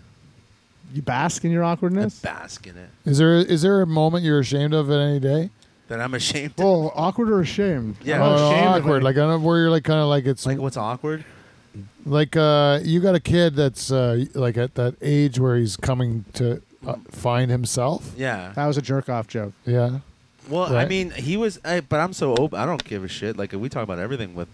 S11: You bask in your
S8: I
S11: awkwardness.
S8: bask in it.
S2: is there is there a moment you're ashamed of at any day?
S8: Then I'm ashamed. of.
S11: Well, awkward or ashamed?
S8: Yeah.
S11: I'm
S2: Oh, no,
S11: ashamed of
S2: awkward.
S11: it.
S2: Like I don't where you're like kind of like it's
S8: Like
S2: like,
S8: what's awkward?
S2: uh you got a kid that's uh like at that age where he's coming to uh, find himself.
S8: Yeah.
S11: that was a jerk off joke.
S2: Yeah.
S8: Well, I
S2: Right.
S8: mean, he was, I, but I'm so open. I don't give a shit. Like we talk about everything with,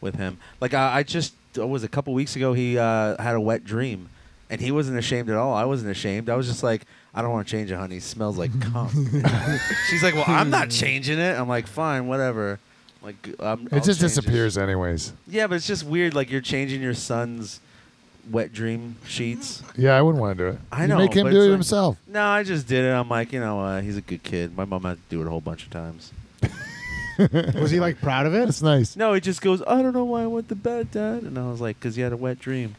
S8: with him. Like I, I just what was it, a couple weeks ago. He uh, had a wet dream, and he wasn't ashamed at all. I wasn't ashamed. I was just like, I don't want to change it, honey. It smells like cum. She's like, well, I'm not changing it. I'm like, fine, whatever. Like I'm, I'll
S2: it just
S8: change
S2: disappears anyways.
S8: Yeah, but it's just weird. Like you're changing your son's wet dream sheets.
S2: Yeah, I wouldn't want to do it.
S8: I
S2: You
S8: know,
S2: Make him
S8: but
S2: do it
S8: it's like-
S2: himself.
S8: No, I just did it. I'm like, you know, uh, he's a good kid. My mom had to do it a whole bunch of times.
S11: Was he like proud of it?
S2: That's nice.
S8: No, he just goes, I don't know why I went to bed, Dad. And I was like, because you had a wet dream.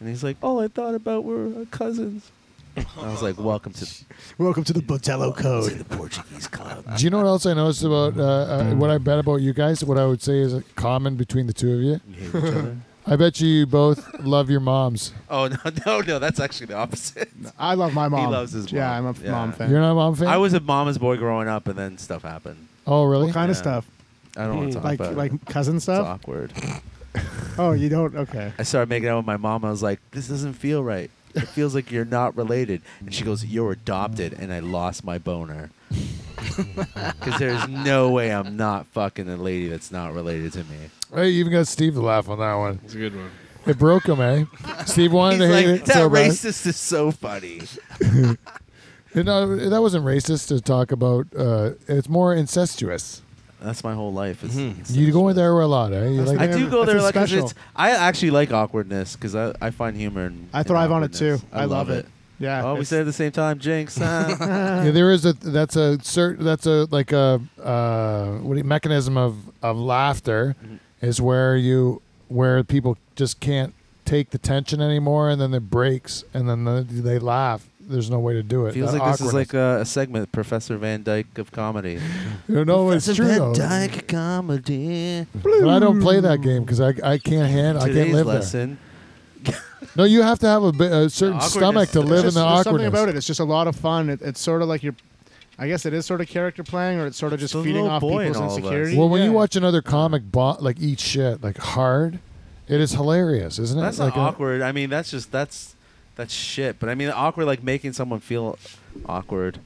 S8: And he's like, all I thought about were uh, cousins. And I was like, welcome to
S11: Welcome to the Botello
S8: to
S11: Code.
S8: the Portuguese club.
S2: Do you know what else I noticed about uh, uh, what I bet about you guys? What I would say is uh, common between the two of you.
S8: You hate each other?
S2: I bet you, you both love your moms.
S8: Oh, no, no, no. That's actually the opposite.
S11: I love my mom.
S8: loves his
S11: Yeah,
S8: mom.
S11: I'm a
S8: Yeah.
S11: mom fan.
S2: You're not a mom fan.
S8: I was a mama's boy growing up, and then stuff happened.
S2: Oh, really?
S11: what kind of
S8: Yeah.
S11: stuff?
S8: I don't want to talk
S11: Like
S8: about it.
S11: like cousin
S8: It's
S11: stuff?
S8: awkward.
S11: Oh, you don't? Okay.
S8: I started making out with my mom. I was like, this doesn't feel right. It feels like you're not related. And she goes, you're adopted. And I lost my boner. Because there's no way I'm not fucking a lady that's not related to me.
S2: Hey, you even got Steve to laugh on that one.
S4: It's a good one.
S2: It broke him, eh? Steve wanted
S8: He's
S2: to hate
S8: like,
S2: it
S8: that
S2: so bad.
S8: racist is so funny.
S2: You know, that wasn't racist to talk about. Uh, it's more incestuous.
S8: That's my whole life. It's, it's-
S2: You go in there a lot, eh? You
S11: That's
S2: like
S8: I
S11: nice.
S2: that?
S8: do go
S11: That's
S8: there
S11: a
S8: like 'cause
S11: special.
S8: it's. I actually like awkwardness because I, I find humor and
S11: I thrive on it too. I, love,
S8: love
S11: it. Yeah.
S8: Oh, we
S11: it's-
S8: said at the same time, Jinx. Ah.
S2: Yeah, there is a that's a cert that's a like a uh, what do you, mechanism of of laughter
S8: Mm-hmm.
S2: is where you where people just can't take the tension anymore and then it breaks and then the, they laugh. There's no way to do it.
S8: Feels
S2: That
S8: like this is
S2: awkwardness.
S8: like a, a segment, Professor Van Dyke of comedy.
S2: you know it's
S8: Professor
S2: true
S8: Van
S2: though.
S8: Dyke comedy.
S2: But I don't play that game because I I can't handle I can't
S8: Today's
S2: live
S8: lesson.
S2: there. No, you have to have a, bi- a certain
S8: awkwardness.
S2: stomach to live
S8: There's
S11: There's
S2: in the
S11: there's
S2: awkwardness.
S11: something about it. It's just a lot of fun. It, it's sort of like you're. I guess it is sort of character playing, or it's sort of
S8: It's
S11: just
S8: the
S11: feeding
S8: little
S11: off
S8: boy in
S11: people's
S8: all of us.
S11: insecurity.
S2: Well, when you
S11: Yeah.
S2: watch another comic bo- like eat shit like hard, it is hilarious, isn't it?
S8: That's
S2: like uh,
S8: not
S2: a-
S8: awkward. I mean, that's just that's that's shit. But I mean, awkward like making someone feel awkward,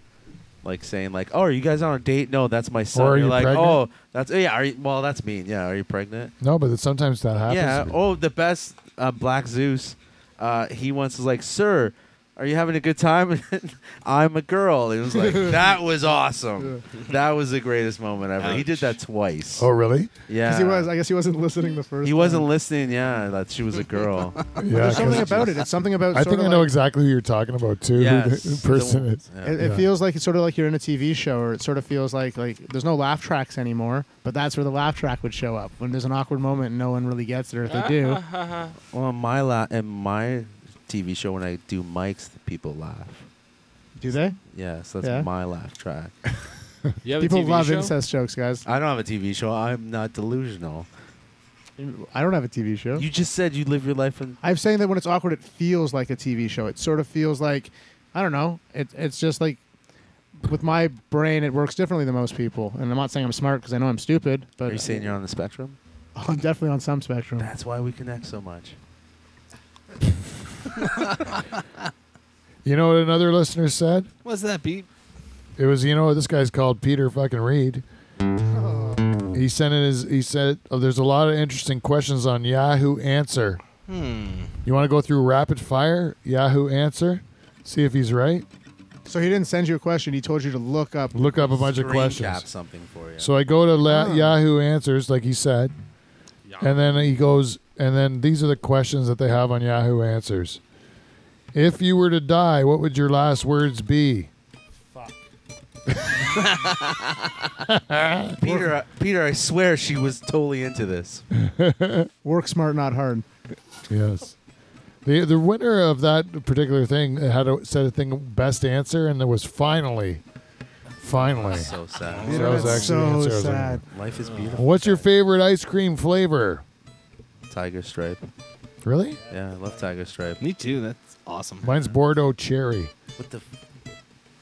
S8: like saying like, "Oh, are you guys on a date?" No, that's my son.
S2: Or are
S8: You're
S2: you
S8: like,
S2: pregnant?
S8: "Oh, that's yeah." Are you, well, that's mean. Yeah, are you pregnant?
S2: No, but it- sometimes that happens.
S8: Yeah.
S2: to people.
S8: Oh, the best uh, Black Zeus. Uh, he once was like, "Sir, are you having a good time?" I'm a girl. It was like that was awesome. That was the greatest moment ever. He did that twice.
S2: Oh, really?
S8: yeah.
S11: 'Cause he was. I guess he wasn't listening the first.
S8: He wasn't
S11: Time.
S8: listening. Yeah, that she was a girl.
S2: Yeah.
S11: There's something
S2: 'cause
S11: about it. It's something about.
S2: I
S11: sort
S2: think
S11: of
S2: I know
S11: like-
S2: exactly who you're talking about too.
S8: Yes.
S2: Who the person is.
S8: Yeah.
S11: It, it
S2: Yeah.
S11: feels like it's sort of like you're in a TV show, or it sort of feels like like there's no laugh tracks anymore. But that's where the laugh track would show up when there's an awkward moment and no one really gets it, or if they do,
S8: Well, in my la- in my TV show when I do mics, the people laugh.
S11: do they?
S8: Yeah, so that's
S11: Yeah.
S8: my laugh track.
S1: You have
S11: People
S1: a TV
S11: love
S1: show?
S11: incest jokes, guys.
S8: I don't have a TV show. I'm not delusional.
S11: I don't have a TV show.
S8: You just said you live your life in.
S11: I'm saying that when it's awkward, it feels like a TV show. It sort of feels like, I don't know. It, it's just like, with my brain, it works differently than most people. And I'm not saying I'm smart because I know I'm stupid, but
S8: Are you saying you're on the spectrum?
S11: I'm definitely on some spectrum.
S8: That's why we connect so much.
S2: You know what another listener said?
S4: What's that beat?
S2: It was you know what this guy's called Peter fucking Reed.
S11: Oh.
S2: He sent in his. He said, oh, "There's a lot of interesting questions on Yahoo Answer.
S4: Hmm.
S2: You want to go through rapid fire Yahoo Answer, see if he's right.
S11: So he didn't send you a question. He told you to look up.
S2: Look up a bunch of
S8: Screen
S2: questions.
S8: Cap something for you.
S2: So I go to la-
S11: Ah.
S2: Yahoo Answers, like he said, and then he goes, and then these are the questions that they have on Yahoo Answers. If you were to die, what would your last words be?
S8: Peter, I, Peter, I swear she was totally into this.
S11: Work smart, not hard.
S2: Yes. The the winner of that particular thing had a, said a thing best answer, and it was finally, finally.
S8: So sad.
S2: So that was
S11: That's
S2: actually the answer I
S11: so
S2: was looking
S11: sad.
S8: Life is beautiful.
S2: What's your favorite ice cream flavor?
S8: Tiger Stripe.
S2: Really?
S8: Yeah, I love Tiger Stripe.
S4: Me too. That's awesome.
S2: Mine's Bordeaux cherry.
S8: What the? F-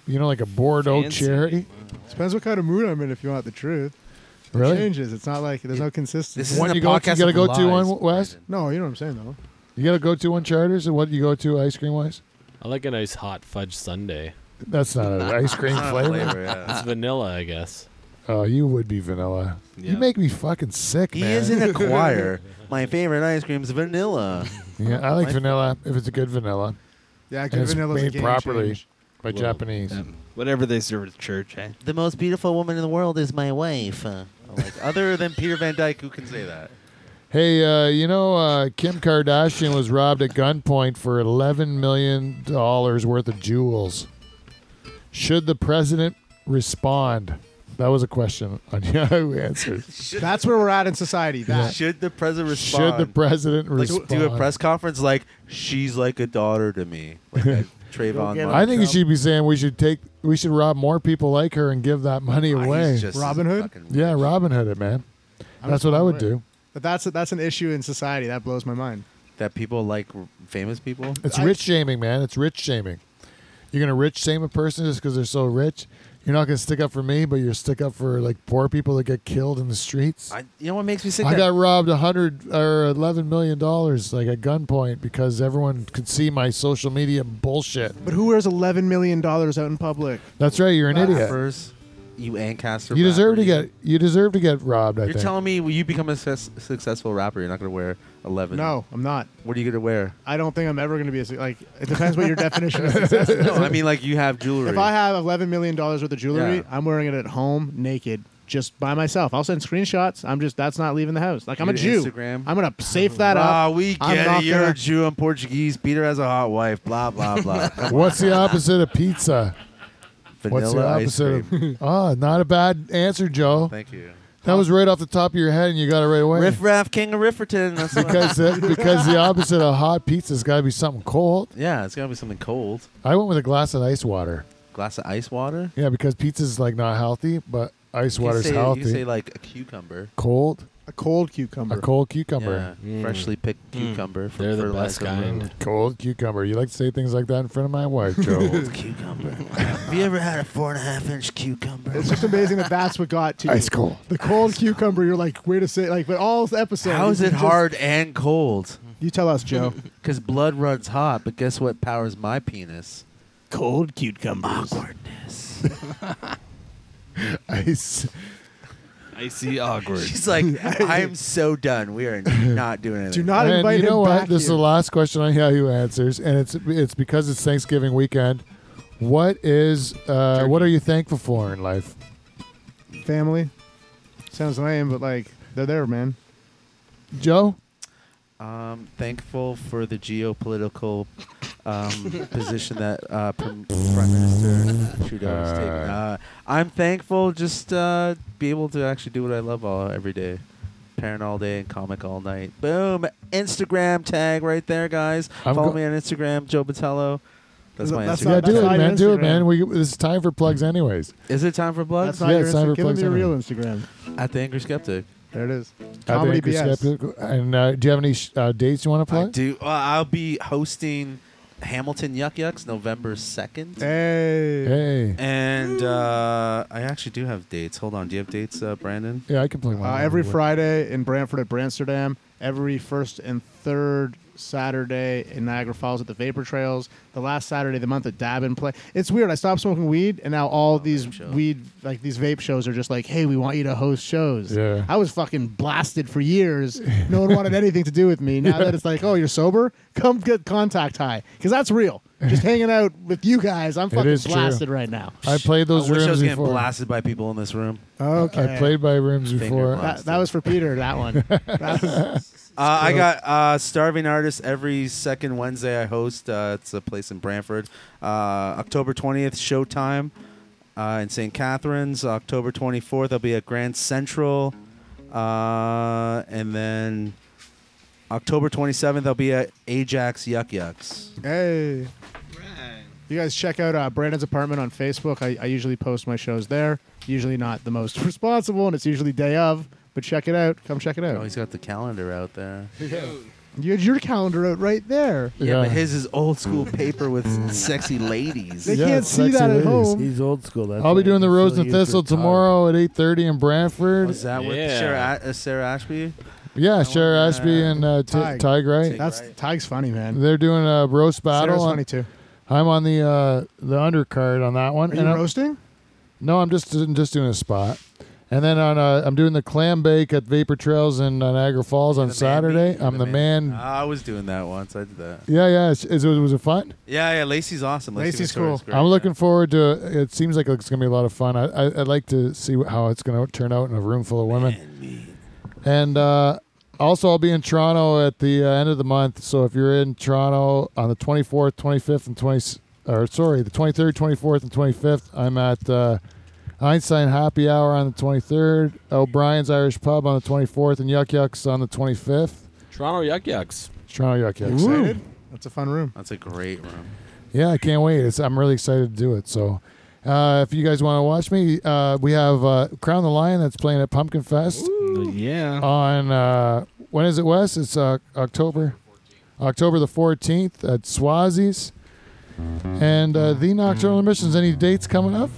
S2: You know, like a Bordeaux
S4: Fancy.
S2: cherry.
S11: Depends what kind of mood I'm in. If you want the truth, it
S2: Really?
S11: changes. It's not like there's no
S8: this
S11: consistency.
S8: isn't
S2: One
S8: a
S2: you go to- you
S8: podcast
S2: gotta
S8: of
S2: go to
S8: lies,
S2: one, Wes?
S8: Brandon.
S11: No, you know what I'm saying though.
S2: You got to go to on charters, and what do you go to ice cream wise?
S1: I like a nice hot fudge sundae.
S2: That's not an ice cream
S8: Not a
S2: flavor.
S8: flavor, yeah.
S1: It's
S6: Uh,
S1: vanilla, I guess.
S2: Oh, you would be vanilla.
S1: Yeah.
S2: You make me fucking sick,
S8: He
S2: man.
S8: is in a choir. My favorite ice cream is vanilla.
S2: yeah, I like
S8: My-
S2: vanilla if it's a good vanilla
S11: Yeah,
S2: and
S11: good
S2: it's
S11: vanilla's a
S2: made
S11: game
S2: properly
S11: change.
S2: by
S1: Well,
S2: Japanese.
S4: Um, whatever they serve at church, eh?
S8: The most beautiful woman in the world is my wife. Uh, like, other than Peter Van Dyke, who can say that?
S2: Hey, uh, you know uh, Kim Kardashian was robbed at gunpoint for eleven million dollars worth of jewels. Should the president respond? That was a question on Yahoo Answers.
S11: That's where we're at in society. That.
S8: Should the president
S2: Should
S8: respond?
S2: the president
S8: like,
S2: respond?
S8: do a press conference like she's like a daughter to me? Like uh, Trayvon.
S11: get
S8: Martin.
S2: I think you
S11: Trump.
S2: should be saying we should take we should rob more people like her and give that money
S8: Ah, he's
S2: away.
S8: just
S11: Robin Hood?
S8: fucking rich.
S2: yeah, Robin Hood it, man.
S11: I'm
S2: That's what I would
S11: aware.
S2: do.
S11: But that's that's an issue in society. That blows my mind.
S8: That people like r- famous people.
S2: It's
S11: I-
S2: rich shaming, man. It's rich shaming. You're gonna rich shame a person just because they're so rich. You're not gonna stick up for me, but you're stick up for like poor people that get killed in the streets. I,
S8: I, you know what makes me sick? that-
S2: got robbed a hundred or eleven million dollars like at gunpoint because everyone could see my social media bullshit.
S11: But who wears eleven million dollars out in public?
S2: That's right. You're an idiot.
S8: Rappers, you Ancaster.
S2: You deserve to
S8: rapper, you-
S2: get you deserve to get robbed. I
S8: You're
S2: think.
S8: telling me when you become a success, successful rapper, you're not gonna wear eleven.
S11: No, I'm not.
S8: What are you gonna wear?
S11: I don't think I'm ever going to be a, su- like. It depends what your definition of success is.
S8: No, I mean like you have jewelry.
S11: If I have eleven million dollars worth of jewelry,
S8: Yeah.
S11: I'm wearing it at home naked. just by myself. I'll send screenshots. I'm just that's not leaving the house. Like I'm a
S8: Your
S11: Jew.
S8: Instagram?
S11: I'm gonna save that
S8: Ah,
S11: up.
S8: we
S11: I'm
S8: get
S11: not
S8: it. You're
S11: gonna-
S8: a Jew and Portuguese. Peter has a hot wife. Blah blah blah.
S2: What's the opposite of pizza?
S8: Vanilla
S2: What's the
S8: ice
S2: opposite
S8: cream.
S2: of? Oh, not a bad answer, Joe.
S8: Thank you.
S2: That was right off the top of your head, and you got it right away.
S8: Riff Raff King of Rifferton. That's what-
S2: because the, because the opposite of hot pizza's got to be something cold.
S8: yeah, it's gotta be something cold.
S2: I went with a glass of ice water.
S8: Glass of ice water.
S2: Yeah, because pizza's like not healthy, but ice
S8: You can
S2: water's
S8: say-
S2: healthy.
S8: You can say like a cucumber.
S2: cold,
S11: A cold cucumber.
S2: a cold cucumber,
S8: Yeah,
S1: Mm.
S8: Freshly picked cucumber. from
S1: They're the best
S8: fertilizer room.
S1: kind.
S2: cold cucumber. You like to say things like that in front of my wife, Joe.
S8: Cucumber. Have you ever had a four and a half inch cucumber?
S11: It's just amazing that that's what got to you.
S2: ice cold.
S11: The cold cucumber. You're like, wait a second. Like, but all episodes.
S8: How is
S11: you
S8: it
S11: just-
S8: hard and cold?
S11: You tell us, Joe.
S8: Because blood runs hot, but guess what powers my penis?
S11: cold cucumbers.
S8: Awkwardness.
S2: Ice.
S4: I see awkward.
S8: She's like, I am so done. We are not doing anything.
S11: Do not
S2: and
S11: invite
S2: you know
S11: him
S2: what?
S11: back.
S2: This is
S11: here.
S2: the last question I have you answers, and it's it's because it's Thanksgiving weekend. What is uh, what are you thankful for in life?
S11: family. Sounds lame, but like they're there, man.
S2: Joe,
S8: Um, thankful for the geopolitical um, position that uh, Prime Prime Minister Trudeau has taken. Uh, I'm thankful just uh, be able to actually do what I love all every day. Parent all day and comic all night. Boom! Instagram tag right there, guys.
S2: I'm
S8: Follow
S2: go-
S8: me on Instagram, Joe Batello. That's my
S11: That's
S8: Instagram.
S11: not-
S2: yeah, do it,
S11: not
S2: man.
S11: your
S2: Do it,
S11: Instagram.
S2: man. We this is time for plugs, anyways.
S8: Is it time for
S11: That's
S8: plugs?
S11: not
S2: Yeah,
S11: your
S2: it's
S11: Instagram.
S2: cyberplugs
S11: Give him your
S2: anyway.
S11: real Instagram.
S8: At the Angry Skeptic.
S11: There it is.
S2: Are they
S11: Comedy
S2: angry
S11: BS.
S2: skeptical? And uh, do you have any sh- uh, dates you want to
S8: I
S2: plug?
S8: do. Uh, I'll be hosting Hamilton Yuck Yucks November second.
S11: Hey.
S2: Hey,
S8: And uh, I actually do have dates. Hold on. Do you have dates, uh, Brandon?
S2: yeah, I can play one.
S11: Uh,
S2: more.
S11: every Friday in Brantford at Brantsterdam. Every first and third Saturday in Niagara Falls at the Vapor Trails. The last Saturday of the month at Dabin Play. It's weird. I stopped smoking weed, and now
S2: Oh,
S11: all these
S8: show.
S11: weed, like these vape shows, are just like, "Hey, we want you to host shows."
S2: Yeah.
S11: I was fucking blasted for years. No one wanted anything to do with me. Now that it's like, "Oh, you're sober? Come get contact high," because that's real. Just hanging out with you guys. I'm fucking
S2: is true.
S11: blasted right now.
S2: I played those
S8: I wish
S2: rooms
S8: I was getting
S2: before.
S8: blasted by people in this room.
S11: Okay.
S2: I played by rooms
S8: Finger
S2: before.
S8: blast.
S11: That, that was for Peter. That one. That was-
S8: Uh, I got uh, Starving Artist every second Wednesday. I host. Uh, it's a place in Brantford. Uh, October twentieth, Showtime uh, in St. Catharines. October twenty fourth, I'll be at Grand Central, uh, and then October twenty seventh, I'll be at Ajax Yuck Yucks.
S11: Hey. You guys check out uh, Brandon's apartment on Facebook. I, I usually post my shows there. Usually not the most responsible, and it's usually day of. But check it out. Come check it
S8: Oh,
S11: out.
S8: he's got the calendar out there.
S11: You had your calendar out right there.
S8: Yeah,
S2: Yeah.
S8: but his is old school paper with sexy ladies.
S11: They
S2: Yeah,
S11: can't see that
S2: sexy
S11: at home.
S7: He's old school. That's
S2: I'll
S7: why
S2: be doing the
S7: he's
S2: Rose
S7: so
S2: and
S7: used to
S2: Thistle
S7: it. Oh.
S2: tomorrow at 8:30 in Brantford.
S8: Was that with
S1: Yeah.
S8: Sarah, uh, Sarah Ashby?
S2: Yeah, Cher
S8: uh,
S2: Ashby and uh, T-
S11: Tig.
S2: Tig Wright.
S11: That's Tig's funny, man.
S2: They're doing a roast battle.
S11: Sarah's
S2: on-
S11: funny too.
S2: I'm on the uh, the undercard on that one.
S11: Are you
S2: And I'm-
S11: roasting?
S2: no, I'm just I'm just doing a spot. And then on uh, I'm doing the clam bake at Vapor Trails in uh, Niagara Falls on
S8: The Ah. man
S2: Saturday.
S8: bee?
S2: I'm the, man.
S8: I was doing that once. I did that.
S2: yeah, yeah. It's, it's, it was a fun.
S8: Yeah, yeah. Lacey's awesome. Lacey
S11: Lacey's
S8: Victoria's
S11: cool.
S8: great,
S2: I'm
S8: yeah.
S2: looking forward to. It seems like it's gonna be a lot of fun. I, I I'd like to see how it's gonna turn out in a room full of women. And uh, also, I'll be in Toronto at the uh, end of the month. So if you're in Toronto on the 24th, 25th, and 20 or sorry, the 23rd, 24th, and 25th, I'm at. Uh, Einstein Happy Hour on the 23rd, O'Brien's Irish Pub on the 24th, and Yuck Yucks on the 25th.
S1: Toronto Yuck Yucks.
S2: Toronto Yuck Yucks.
S11: Excited? That's a fun room.
S8: That's a great room.
S2: Yeah, I can't wait. It's, I'm really excited to do it. So, uh, if you guys want to watch me, uh, we have uh, Crown the Lion that's playing at Pumpkin Fest
S4: Yeah.
S2: on uh, when is it, Wes? It's uh, October, October the 14th at Swazi's, and uh, the Nocturnal Emissions. Any dates coming up?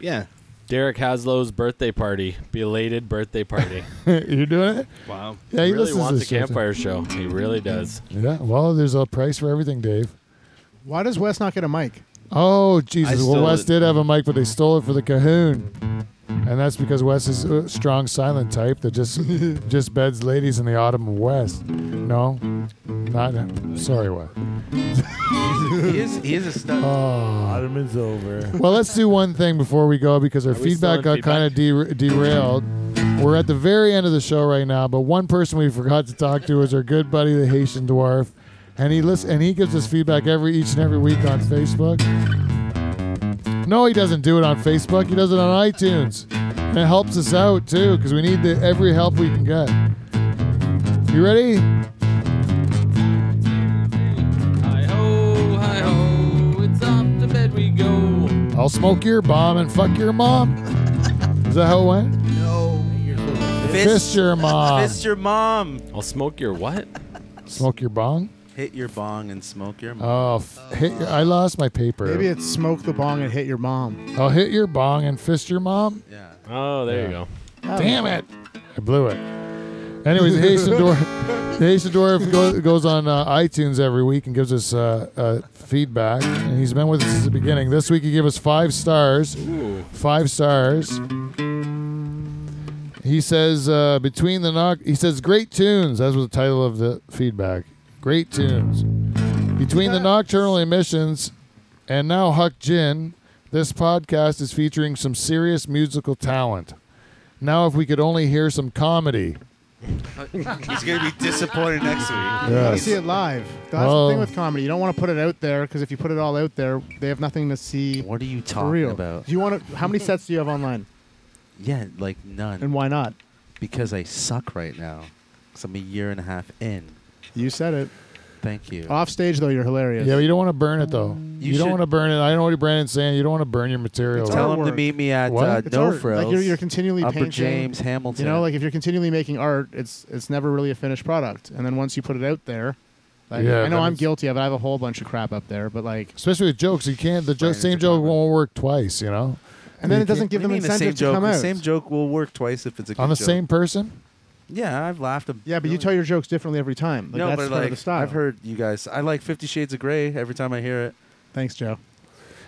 S4: yeah.
S1: Derek Haslow's birthday party. Belated birthday party.
S2: You're doing it?
S4: Wow.
S2: Yeah,
S1: he
S2: he
S1: really
S2: listens to
S1: wants a
S2: this shit.
S1: campfire show. He really does.
S2: Yeah. Well, there's a price for everything, Dave.
S11: Why does Wes not get a mic?
S2: Oh Jesus!
S8: I
S2: Well,
S8: stole
S2: Wes
S8: it.
S2: did have a mic, but they stole it for the Cahoon, and that's because Wes is a strong silent type that just just beds ladies in the autumn of West. No, not sorry, Wes.
S8: he is he is a stud.
S11: Uh,
S7: Autumn is over.
S2: well, let's do one thing before we go because our
S1: Are we still
S2: feedback got
S1: on
S2: kind of de- derailed. We're at the very end of the show right now, but one person we forgot to talk to is our good buddy, the Haitian dwarf, and he listen and he gives us feedback every each and every week on Facebook. No, he doesn't do it on Facebook. He does it on iTunes, and it helps us out too because we need the, every help we can get. You ready?
S6: Hi ho, hi ho, it's off to bed we go.
S2: I'll smoke your bomb and fuck your mom. Is that how it went? Fist, your mom.
S8: Fist your mom.
S1: I'll smoke your what?
S2: Smoke your bong.
S8: Hit your bong and smoke your
S11: Uh,
S8: mom.
S2: Oh, f- hit your, I lost my paper.
S11: Maybe it's smoke the bong and hit your mom.
S2: I'll hit your bong and fist your mom.
S8: yeah.
S1: Oh, there you go.
S2: Damn it! I blew it. Anyways, the Haitian Dwarf, the Haitian Dwarf go, goes on uh, iTunes every week and gives us uh, uh, feedback, and he's been with us since the beginning. This week he gave us five stars.
S1: Ooh.
S2: five stars. He says uh, between the knock. He says great tunes. That was the title of the feedback. Great tunes. Between the nocturnal emissions and now Huck Jin, this podcast is featuring some serious musical talent. Now, if we could only hear some comedy.
S8: He's gonna be disappointed next week.
S11: You want
S2: Yes.
S11: to see it live. That's
S2: Oh.
S11: the thing with comedy. You don't want to put it out there because if you put it all out there, they have nothing to see
S8: What are you
S11: for
S8: talking
S11: real.
S8: about?
S11: Do you want to? How many sets do you have online?
S8: Yeah, like none.
S11: And why not?
S8: because I suck right now. Cause I'm a year and a half in.
S11: You said it.
S8: Thank you.
S11: Off stage though, you're hilarious.
S2: Yeah, but you don't want to burn it though. You,
S8: You
S2: don't
S8: should-
S2: want to burn it. I know what Brandon's saying. You don't want to burn your material.
S11: It's
S8: Tell
S11: artwork.
S8: him to meet me at
S2: What?
S8: uh,
S11: It's
S8: No
S11: art.
S8: Frills.
S11: Like you're, you're continually
S8: Upper
S11: painting.
S8: James Hamilton.
S11: You know, like if you're continually making art, it's it's never really a finished product. And then once you put it out there, like,
S2: Yeah,
S11: I know
S2: then
S11: I'm
S2: it's-
S11: guilty of it. I have a whole bunch of crap up there, but like,
S2: Especially with jokes, you can't. The jo-
S8: Brandon's
S2: same
S8: a
S2: joke
S8: comic.
S2: won't work twice. You know,
S11: and then
S2: You
S11: it doesn't
S2: can't-
S11: give
S8: What
S11: them
S8: do you mean the same
S11: incentive to
S8: joke.
S11: come
S8: the
S11: out.
S8: same joke will work twice if it's a good
S2: on the
S8: joke.
S2: same person.
S8: Yeah, I've laughed. A
S11: Yeah, but you
S8: billion-
S11: tell your jokes differently every time. Like,
S8: no,
S11: that's
S8: but
S11: part of
S8: like
S11: the style.
S8: I've heard you guys. I like Fifty Shades of Grey every time I hear it.
S11: Thanks, Joe.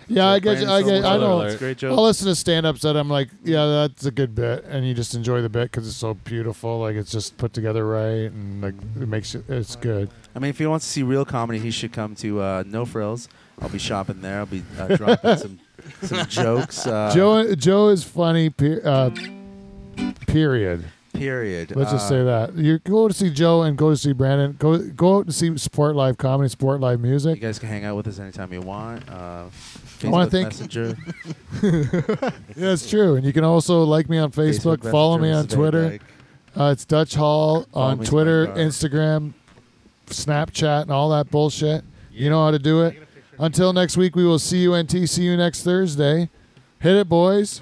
S2: Yeah, I get. You, I get. I
S1: Spoiler
S2: know.
S1: alert.
S8: It's a great
S2: I'll
S8: joke.
S2: listen to stand ups that I'm like, yeah, that's a good bit, and you just enjoy the bit because it's so beautiful. Like it's just put together right, and like it makes it, it's good.
S8: I mean, if he wants to see real comedy, he should come to uh, No Frills. I'll be shopping there. I'll be uh, dropping some some jokes. Uh,
S2: Joe Joe is funny. Per, uh, period.
S8: Period.
S2: Let's just
S8: Uh,
S2: say that you go to see Joe and go to see Brandon. Go go out and see support live comedy, support live
S8: You
S2: music.
S8: guys can hang out with us anytime you want. Uh,
S2: I wanna
S8: Facebook
S2: thank-
S8: Messenger.
S2: Yeah, it's true, and you can also like me on Facebook,
S8: Facebook
S2: follow me
S8: Messenger,
S2: on
S8: Mr. Van
S2: Twitter.
S8: Dyke.
S2: Uh, it's Dutch Hall
S8: Follow
S2: on
S8: me,
S2: Twitter,
S8: Spongebob.
S2: Instagram, Snapchat, and all that bullshit. You know how to do it. Until next week, we will see you and see you next Thursday. Hit it, boys.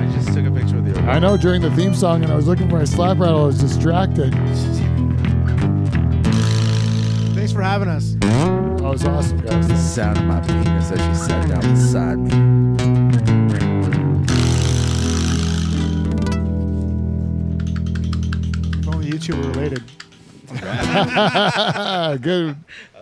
S8: I just took a picture with you.
S2: I know during the theme song, and I was looking for my slap rattle. I was distracted.
S11: Thanks for having us.
S2: That was awesome, guys.
S8: The sound of my penis as she sat down beside me.
S11: If only YouTube were related.
S2: Good.
S8: I